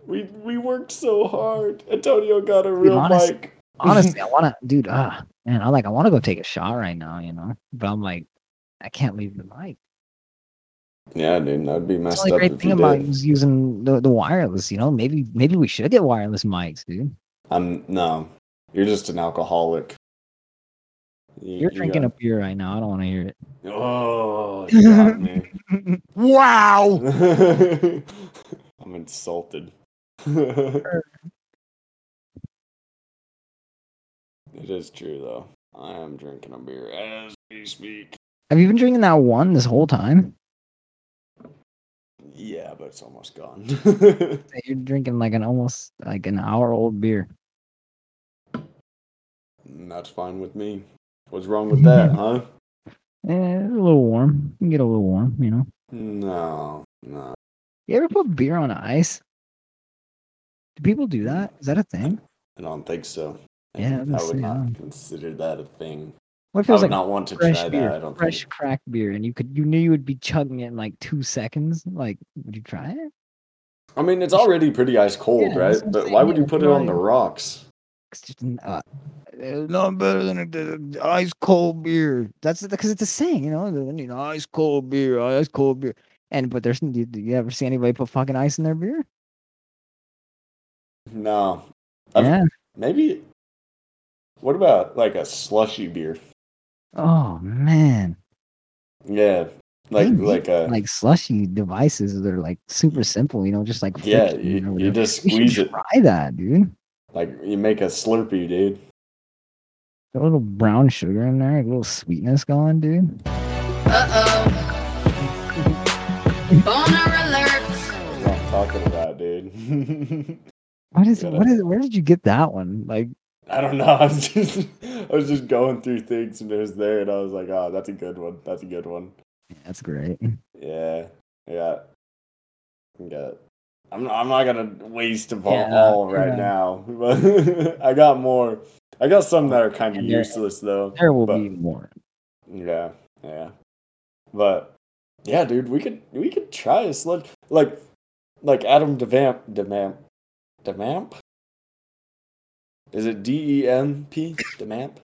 Speaker 2: We we worked so hard. Antonio got a real
Speaker 3: honest-
Speaker 2: mic.
Speaker 3: Honestly, I wanna, dude. Ah, man. I like. I wanna go take a shot right now. You know, but I'm like, I can't leave the mic.
Speaker 2: Yeah, dude, that'd be
Speaker 3: That's
Speaker 2: messed
Speaker 3: the
Speaker 2: up
Speaker 3: only great
Speaker 2: if
Speaker 3: thing
Speaker 2: you
Speaker 3: about
Speaker 2: did.
Speaker 3: us using the, the wireless. You know, maybe maybe we should get wireless mics, dude.
Speaker 2: I'm no. You're just an alcoholic. You-
Speaker 3: You're
Speaker 2: you
Speaker 3: drinking a
Speaker 2: got-
Speaker 3: beer right now. I don't want to hear it.
Speaker 2: Oh,
Speaker 3: <laughs>
Speaker 2: you got me. <laughs>
Speaker 6: Wow!
Speaker 2: I'm insulted. <laughs> it is true, though. I am drinking a beer as we speak.
Speaker 3: Have you been drinking that one this whole time?
Speaker 2: Yeah, but it's almost gone. <laughs>
Speaker 3: You're drinking like an almost like an hour old beer.
Speaker 2: That's fine with me. What's wrong with
Speaker 3: <laughs>
Speaker 2: that, huh?
Speaker 3: Eh, it's a little warm. You can get a little warm, you know.
Speaker 2: No, no.
Speaker 3: You ever put beer on ice? Do people do that? Is that a thing?
Speaker 2: I don't think so. I-
Speaker 3: Yeah, I'm
Speaker 2: I
Speaker 3: gonna
Speaker 2: would
Speaker 3: say,
Speaker 2: not
Speaker 3: um,
Speaker 2: consider that a thing.
Speaker 3: What if
Speaker 2: I
Speaker 3: it was
Speaker 2: would
Speaker 3: like
Speaker 2: not want to
Speaker 3: fresh
Speaker 2: try
Speaker 3: beer,
Speaker 2: that. I don't
Speaker 3: fresh
Speaker 2: think.
Speaker 3: cracked beer, and you could you knew you would be chugging it in like two seconds? Like, would you try it?
Speaker 2: I mean, it's already pretty ice cold,
Speaker 3: that's
Speaker 2: right?
Speaker 3: what I'm
Speaker 2: But
Speaker 3: saying,
Speaker 2: why would
Speaker 3: yeah,
Speaker 2: you put it
Speaker 3: why-
Speaker 2: on the rocks?
Speaker 3: It's just n- uh, it's not better than a, the- the ice cold beer. That's because it's a saying, you know. the- You know, ice cold beer, ice cold beer. And but there's do you, do you ever see anybody put fucking ice in their beer?
Speaker 2: No, I've-
Speaker 3: yeah.
Speaker 2: Maybe. What about like a slushy beer?
Speaker 3: Oh man,
Speaker 2: Yeah, like
Speaker 3: Maybe.
Speaker 2: like a
Speaker 3: like slushy devices that are like super simple, you know, just like
Speaker 2: yeah.
Speaker 3: friction
Speaker 2: You, you
Speaker 3: or whatever.
Speaker 2: just
Speaker 3: We
Speaker 2: squeeze
Speaker 3: should
Speaker 2: it
Speaker 3: try that, dude.
Speaker 2: like you make a Slurpee, dude.
Speaker 3: Get a little brown sugar in there, a little sweetness going, dude.
Speaker 7: Uh-oh. Boner
Speaker 2: That's what I'm talking about, dude. <laughs>
Speaker 3: What is
Speaker 2: Yeah,
Speaker 3: what is where did you get that one? Like
Speaker 2: I don't know. <laughs> I was just I was just going through things and it was there, and I was like, oh, that's a good one. That's a good one.
Speaker 3: that's great.
Speaker 2: Yeah, yeah, yeah. I'm not, I'm not gonna waste of all,
Speaker 3: Yeah,
Speaker 2: all right
Speaker 3: yeah.
Speaker 2: now, <laughs> but I got more. I got some that are kind of
Speaker 3: And there-
Speaker 2: useless though.
Speaker 3: There will
Speaker 2: but-
Speaker 3: be more.
Speaker 2: Yeah, yeah. But yeah, dude, we could we could try a sludge like like Adam Devamp Demamp Demamp. Is it D E M P Demamp?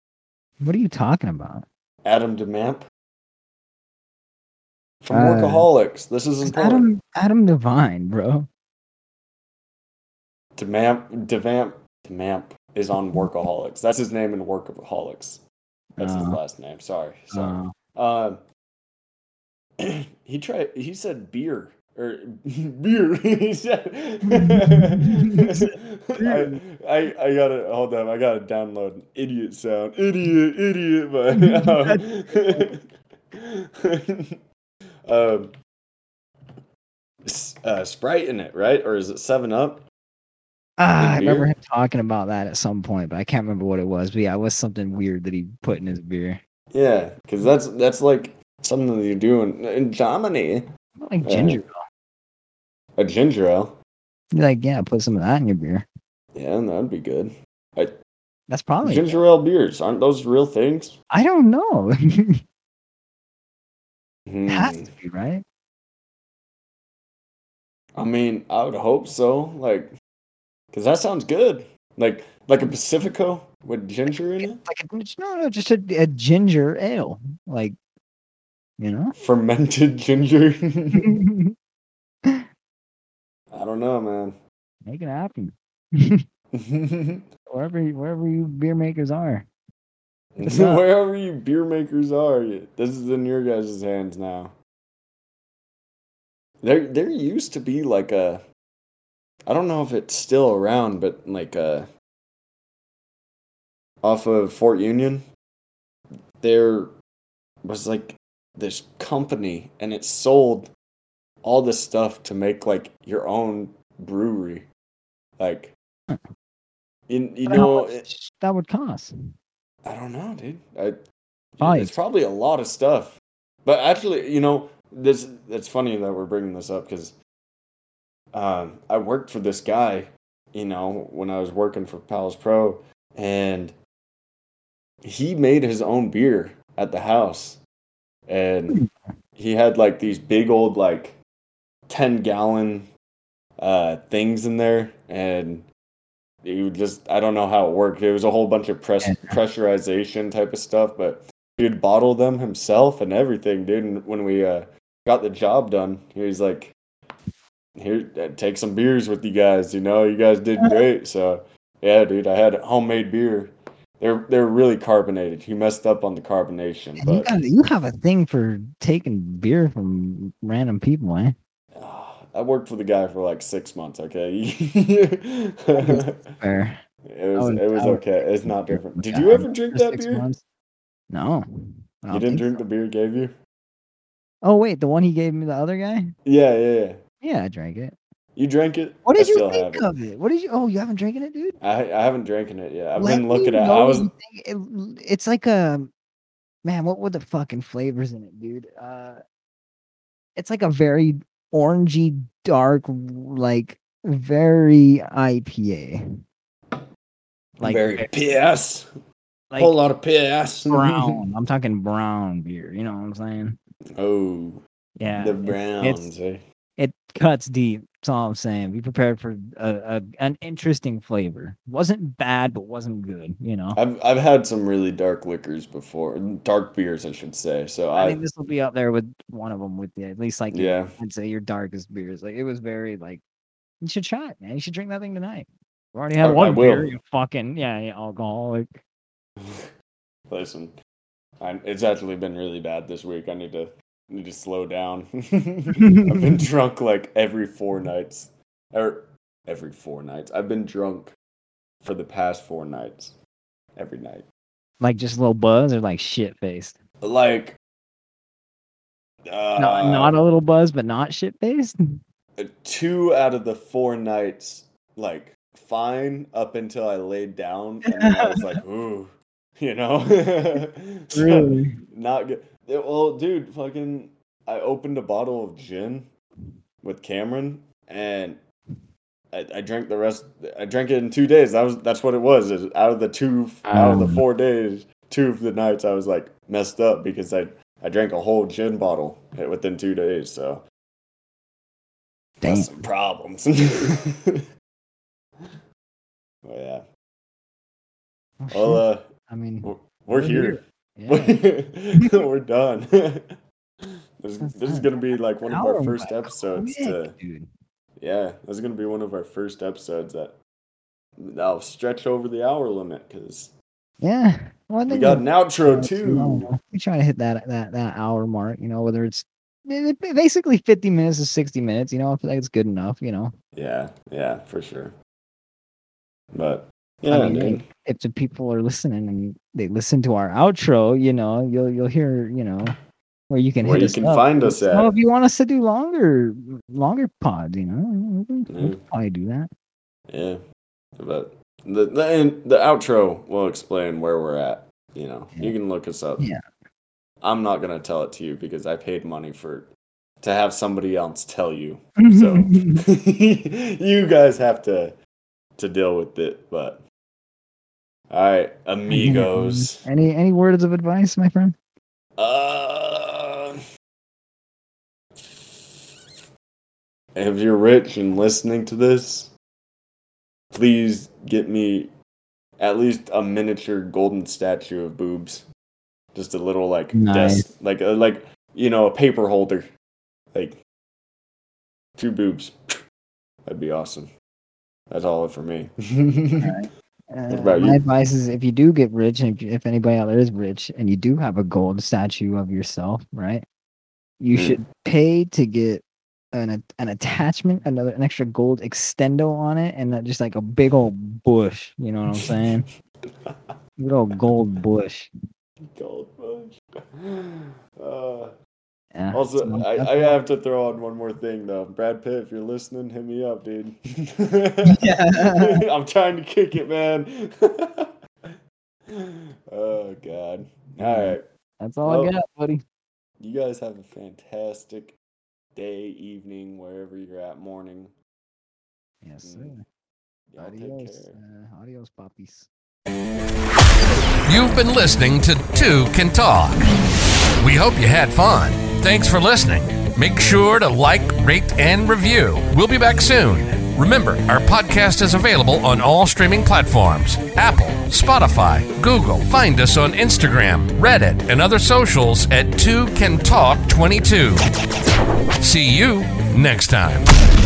Speaker 3: What are you talking about?
Speaker 2: Adam Demamp from
Speaker 3: Uh,
Speaker 2: Workaholics. This is
Speaker 3: It's
Speaker 2: important.
Speaker 3: Adam Adam Devine, bro.
Speaker 2: Demamp Devamp Demamp is
Speaker 3: <laughs>
Speaker 2: on Workaholics. That's his name in Workaholics. That's his
Speaker 3: Uh,
Speaker 2: last name. Sorry, sorry.
Speaker 3: Uh,
Speaker 2: Um, <clears throat> he tried. He said beer or <laughs> beer. he said. I, I I gotta hold on. I gotta download an idiot sound. Idiot, idiot. But <laughs> um, um, s- uh, Sprite in it, right? Or is it Seven Up?
Speaker 3: Ah, I
Speaker 2: beer?
Speaker 3: remember him talking about that at some point, but I can't remember what it was. But yeah, it was something weird that he put in his beer.
Speaker 2: Yeah, because that's that's like something that you do in, in Germany.
Speaker 3: Not Like
Speaker 2: Yeah.
Speaker 3: ginger.
Speaker 2: A ginger ale.
Speaker 3: You're like, yeah, put some of that in your beer.
Speaker 2: Yeah, that'd be good.
Speaker 3: That's probably.
Speaker 2: Ginger ale beers aren't those real things?
Speaker 3: I don't know. <laughs> it
Speaker 2: Hmm.
Speaker 3: has to be right.
Speaker 2: I mean, I would hope so. Like, because that sounds good. Like, like a Pacifico with ginger in it,
Speaker 3: Like a, it's- no, no, just a, a ginger ale. Like, you
Speaker 2: <laughs>
Speaker 3: know.
Speaker 2: fermented ginger. <laughs> I don't know,
Speaker 3: Make it happen.
Speaker 2: man. <laughs>
Speaker 3: Wherever you- wherever you beer makers are. It's
Speaker 2: <laughs>
Speaker 3: not-
Speaker 2: Wherever you beer makers are, you- this is in your guys' hands now. There, there used to be like a, I don't know if it's still around, but like a, off of Fort Union, there was like this company, and it sold all this stuff to make like your own brewery, like, in you
Speaker 3: I don't
Speaker 2: know.
Speaker 3: how much that would cost.
Speaker 2: I don't know, dude. I,
Speaker 3: Probably
Speaker 2: it's
Speaker 3: ex-
Speaker 2: probably a lot of stuff. But actually, you know, this it's funny that we're bringing this up because um, I worked for this guy, you know, when I was working for Palace Pro, and he made his own beer at the house, and he had like these big old like ten gallon uh, things in there, and you would just I don't know how it worked. It was a whole bunch of press pressurization type of stuff, but he'd bottle them himself and everything, dude. And when we uh, got the job done, he was like, "Here, uh, take some beers with you guys. You know, you guys did great." So yeah, dude, I had homemade beer. They're they're really carbonated. He messed up on the carbonation,
Speaker 3: You,
Speaker 2: but
Speaker 3: got, you have a thing for taking beer from random people, eh?
Speaker 2: I worked for the guy for like six months. Okay, <laughs> it was
Speaker 3: Fair. Oh,
Speaker 2: it was okay. It's not different. Did
Speaker 3: Yeah,
Speaker 2: you
Speaker 3: I
Speaker 2: ever
Speaker 3: worked
Speaker 2: drink
Speaker 3: for
Speaker 2: that
Speaker 3: six
Speaker 2: beer?
Speaker 3: months. No. I
Speaker 2: You
Speaker 3: don't
Speaker 2: didn't
Speaker 3: think
Speaker 2: drink the beer gave you?
Speaker 3: so. Oh wait, the one he gave me, the other guy.
Speaker 2: Yeah, yeah, yeah.
Speaker 3: Yeah, I drank it.
Speaker 2: You drank it.
Speaker 3: What
Speaker 2: I
Speaker 3: did you
Speaker 2: still
Speaker 3: think
Speaker 2: haven't.
Speaker 3: of it? What did you? Oh, you haven't drinking it, dude.
Speaker 2: I I haven't drinking it yet. I've
Speaker 3: Let
Speaker 2: been
Speaker 3: me
Speaker 2: looking at.
Speaker 3: know
Speaker 2: I
Speaker 3: what
Speaker 2: was.
Speaker 3: you think. It- it's like a man. What were the fucking flavors in it, dude? Uh, it's like a very orangey, dark, like very IPA. Like
Speaker 2: very piss.
Speaker 3: like
Speaker 2: Whole lot of piss.
Speaker 3: <laughs> brown. I'm talking brown beer. You know what I'm saying?
Speaker 2: oh,
Speaker 3: Yeah.
Speaker 2: the
Speaker 3: it's-
Speaker 2: browns. eh?
Speaker 3: it cuts deep. That's all I'm saying. Be prepared for a, a an interesting flavor. Wasn't bad, but wasn't good. You know.
Speaker 2: I've I've had some really dark liquors before, dark beers, I should say. So
Speaker 3: I,
Speaker 2: I,
Speaker 3: think this will be up there with one of them. With the, at least like
Speaker 2: Uh, yeah,
Speaker 3: I'd say your darkest beers. Like it was very like you should try it, man. You should drink that thing tonight. We already had
Speaker 2: I- I
Speaker 3: one beer.
Speaker 2: will.
Speaker 3: You fucking yeah, you alcoholic.
Speaker 2: listen, i it's actually been really bad this week. I need to need to slow down. <laughs> I've been drunk like every four nights, or every four nights. I've been drunk for the past four nights, every night.
Speaker 3: <laughs> Like just a little buzz or like shit faced.
Speaker 2: like uh,
Speaker 3: not not a little buzz, but not shit <laughs> faced.
Speaker 2: two out of the four nights like fine up until I laid down and then I was like ooh you know <laughs> So, not good Yeah, well dude fucking I opened a bottle of gin with Cameron and I, I drank the rest I drank it in two days that was that's what it was is out of the two out of the
Speaker 3: Um.
Speaker 2: four days two of the nights I was like messed up because I I drank a whole gin bottle within two days so
Speaker 3: Damn.
Speaker 2: that's some problems. <laughs> well, yeah. Well, uh,
Speaker 3: Oh, I
Speaker 2: <laughs>
Speaker 3: mean,
Speaker 2: we're, we're
Speaker 3: We're
Speaker 2: here.
Speaker 3: yeah.
Speaker 2: we're <laughs> done. <laughs> this,
Speaker 3: That's
Speaker 2: this is
Speaker 3: done.
Speaker 2: gonna be like one of
Speaker 3: Hour
Speaker 2: our first
Speaker 3: went
Speaker 2: episodes.
Speaker 3: quick,
Speaker 2: To,
Speaker 3: dude.
Speaker 2: yeah, this is gonna be one of our first episodes that that'll stretch over the hour limit because
Speaker 3: Yeah. Well, I
Speaker 2: we
Speaker 3: think
Speaker 2: got
Speaker 3: we-
Speaker 2: an outro
Speaker 3: That's
Speaker 2: too.
Speaker 3: normal. We try to hit that that that hour mark, you know, whether it's ba- ba- basically 50 minutes to 60 minutes, you know, I feel like it's good enough, you know.
Speaker 2: Yeah, yeah, for sure. But yeah,
Speaker 3: I mean,
Speaker 2: dude.
Speaker 3: like, if the people are listening and they listen to our outro, you know, you'll you'll hear, you know, where you can
Speaker 2: where
Speaker 3: hit
Speaker 2: you
Speaker 3: us
Speaker 2: can
Speaker 3: up.
Speaker 2: find us
Speaker 3: Well,
Speaker 2: at.
Speaker 3: if you want us to do longer longer pods, you know, we can, we can
Speaker 2: Yeah.
Speaker 3: probably do that.
Speaker 2: Yeah, But the the end, the outro will explain where we're at. You know, you can look us up.
Speaker 3: Yeah.
Speaker 2: I'm not gonna tell it to you because I paid money for to have somebody else tell you. <laughs> So
Speaker 3: <laughs>
Speaker 2: you guys have to to deal with it. But all right, amigos.
Speaker 3: Any any words of advice, my friend?
Speaker 2: Uh, if you're rich and listening to this, please get me at least a miniature golden statue of boobs. Just a little like
Speaker 3: Nice.
Speaker 2: desk, like uh, like you know, a paper holder, like two boobs. That'd be awesome. That's all it for me. <laughs>
Speaker 3: Uh,
Speaker 2: about you?
Speaker 3: my advice is if you do get rich, and if, if anybody out there is rich, and you do have a gold statue of yourself, right? You
Speaker 2: Mm.
Speaker 3: should pay to get an a- an attachment, another an extra gold extendo on it, and not just like a big old bush. You know what
Speaker 2: <laughs>
Speaker 3: I'm saying? Good old gold bush.
Speaker 2: Gold bush. <sighs> Uh,
Speaker 3: Yeah,
Speaker 2: Also,
Speaker 3: so
Speaker 2: I,
Speaker 3: that's-
Speaker 2: I have to throw on one more thing though. Brad Pitt, if you're listening, hit me up, dude. <laughs> I'm trying to kick it, man. <laughs> oh God. All right.
Speaker 3: that's all I
Speaker 2: well-
Speaker 3: got, buddy.
Speaker 2: You guys have a fantastic day, evening, wherever you're at, morning.
Speaker 3: Yes, sir.
Speaker 2: Mm. Y'all take
Speaker 3: Adios,
Speaker 2: care.
Speaker 3: uh, adios, puppies.
Speaker 1: You've been listening to Two Can Talk. We hope you had fun. Thanks for listening. Make sure to like, rate, and review. We'll be back soon. Remember, our podcast is available on all streaming platforms Apple, Spotify, Google. Find us on Instagram, Reddit, and other socials at 2 Can Talk 22. See you next time.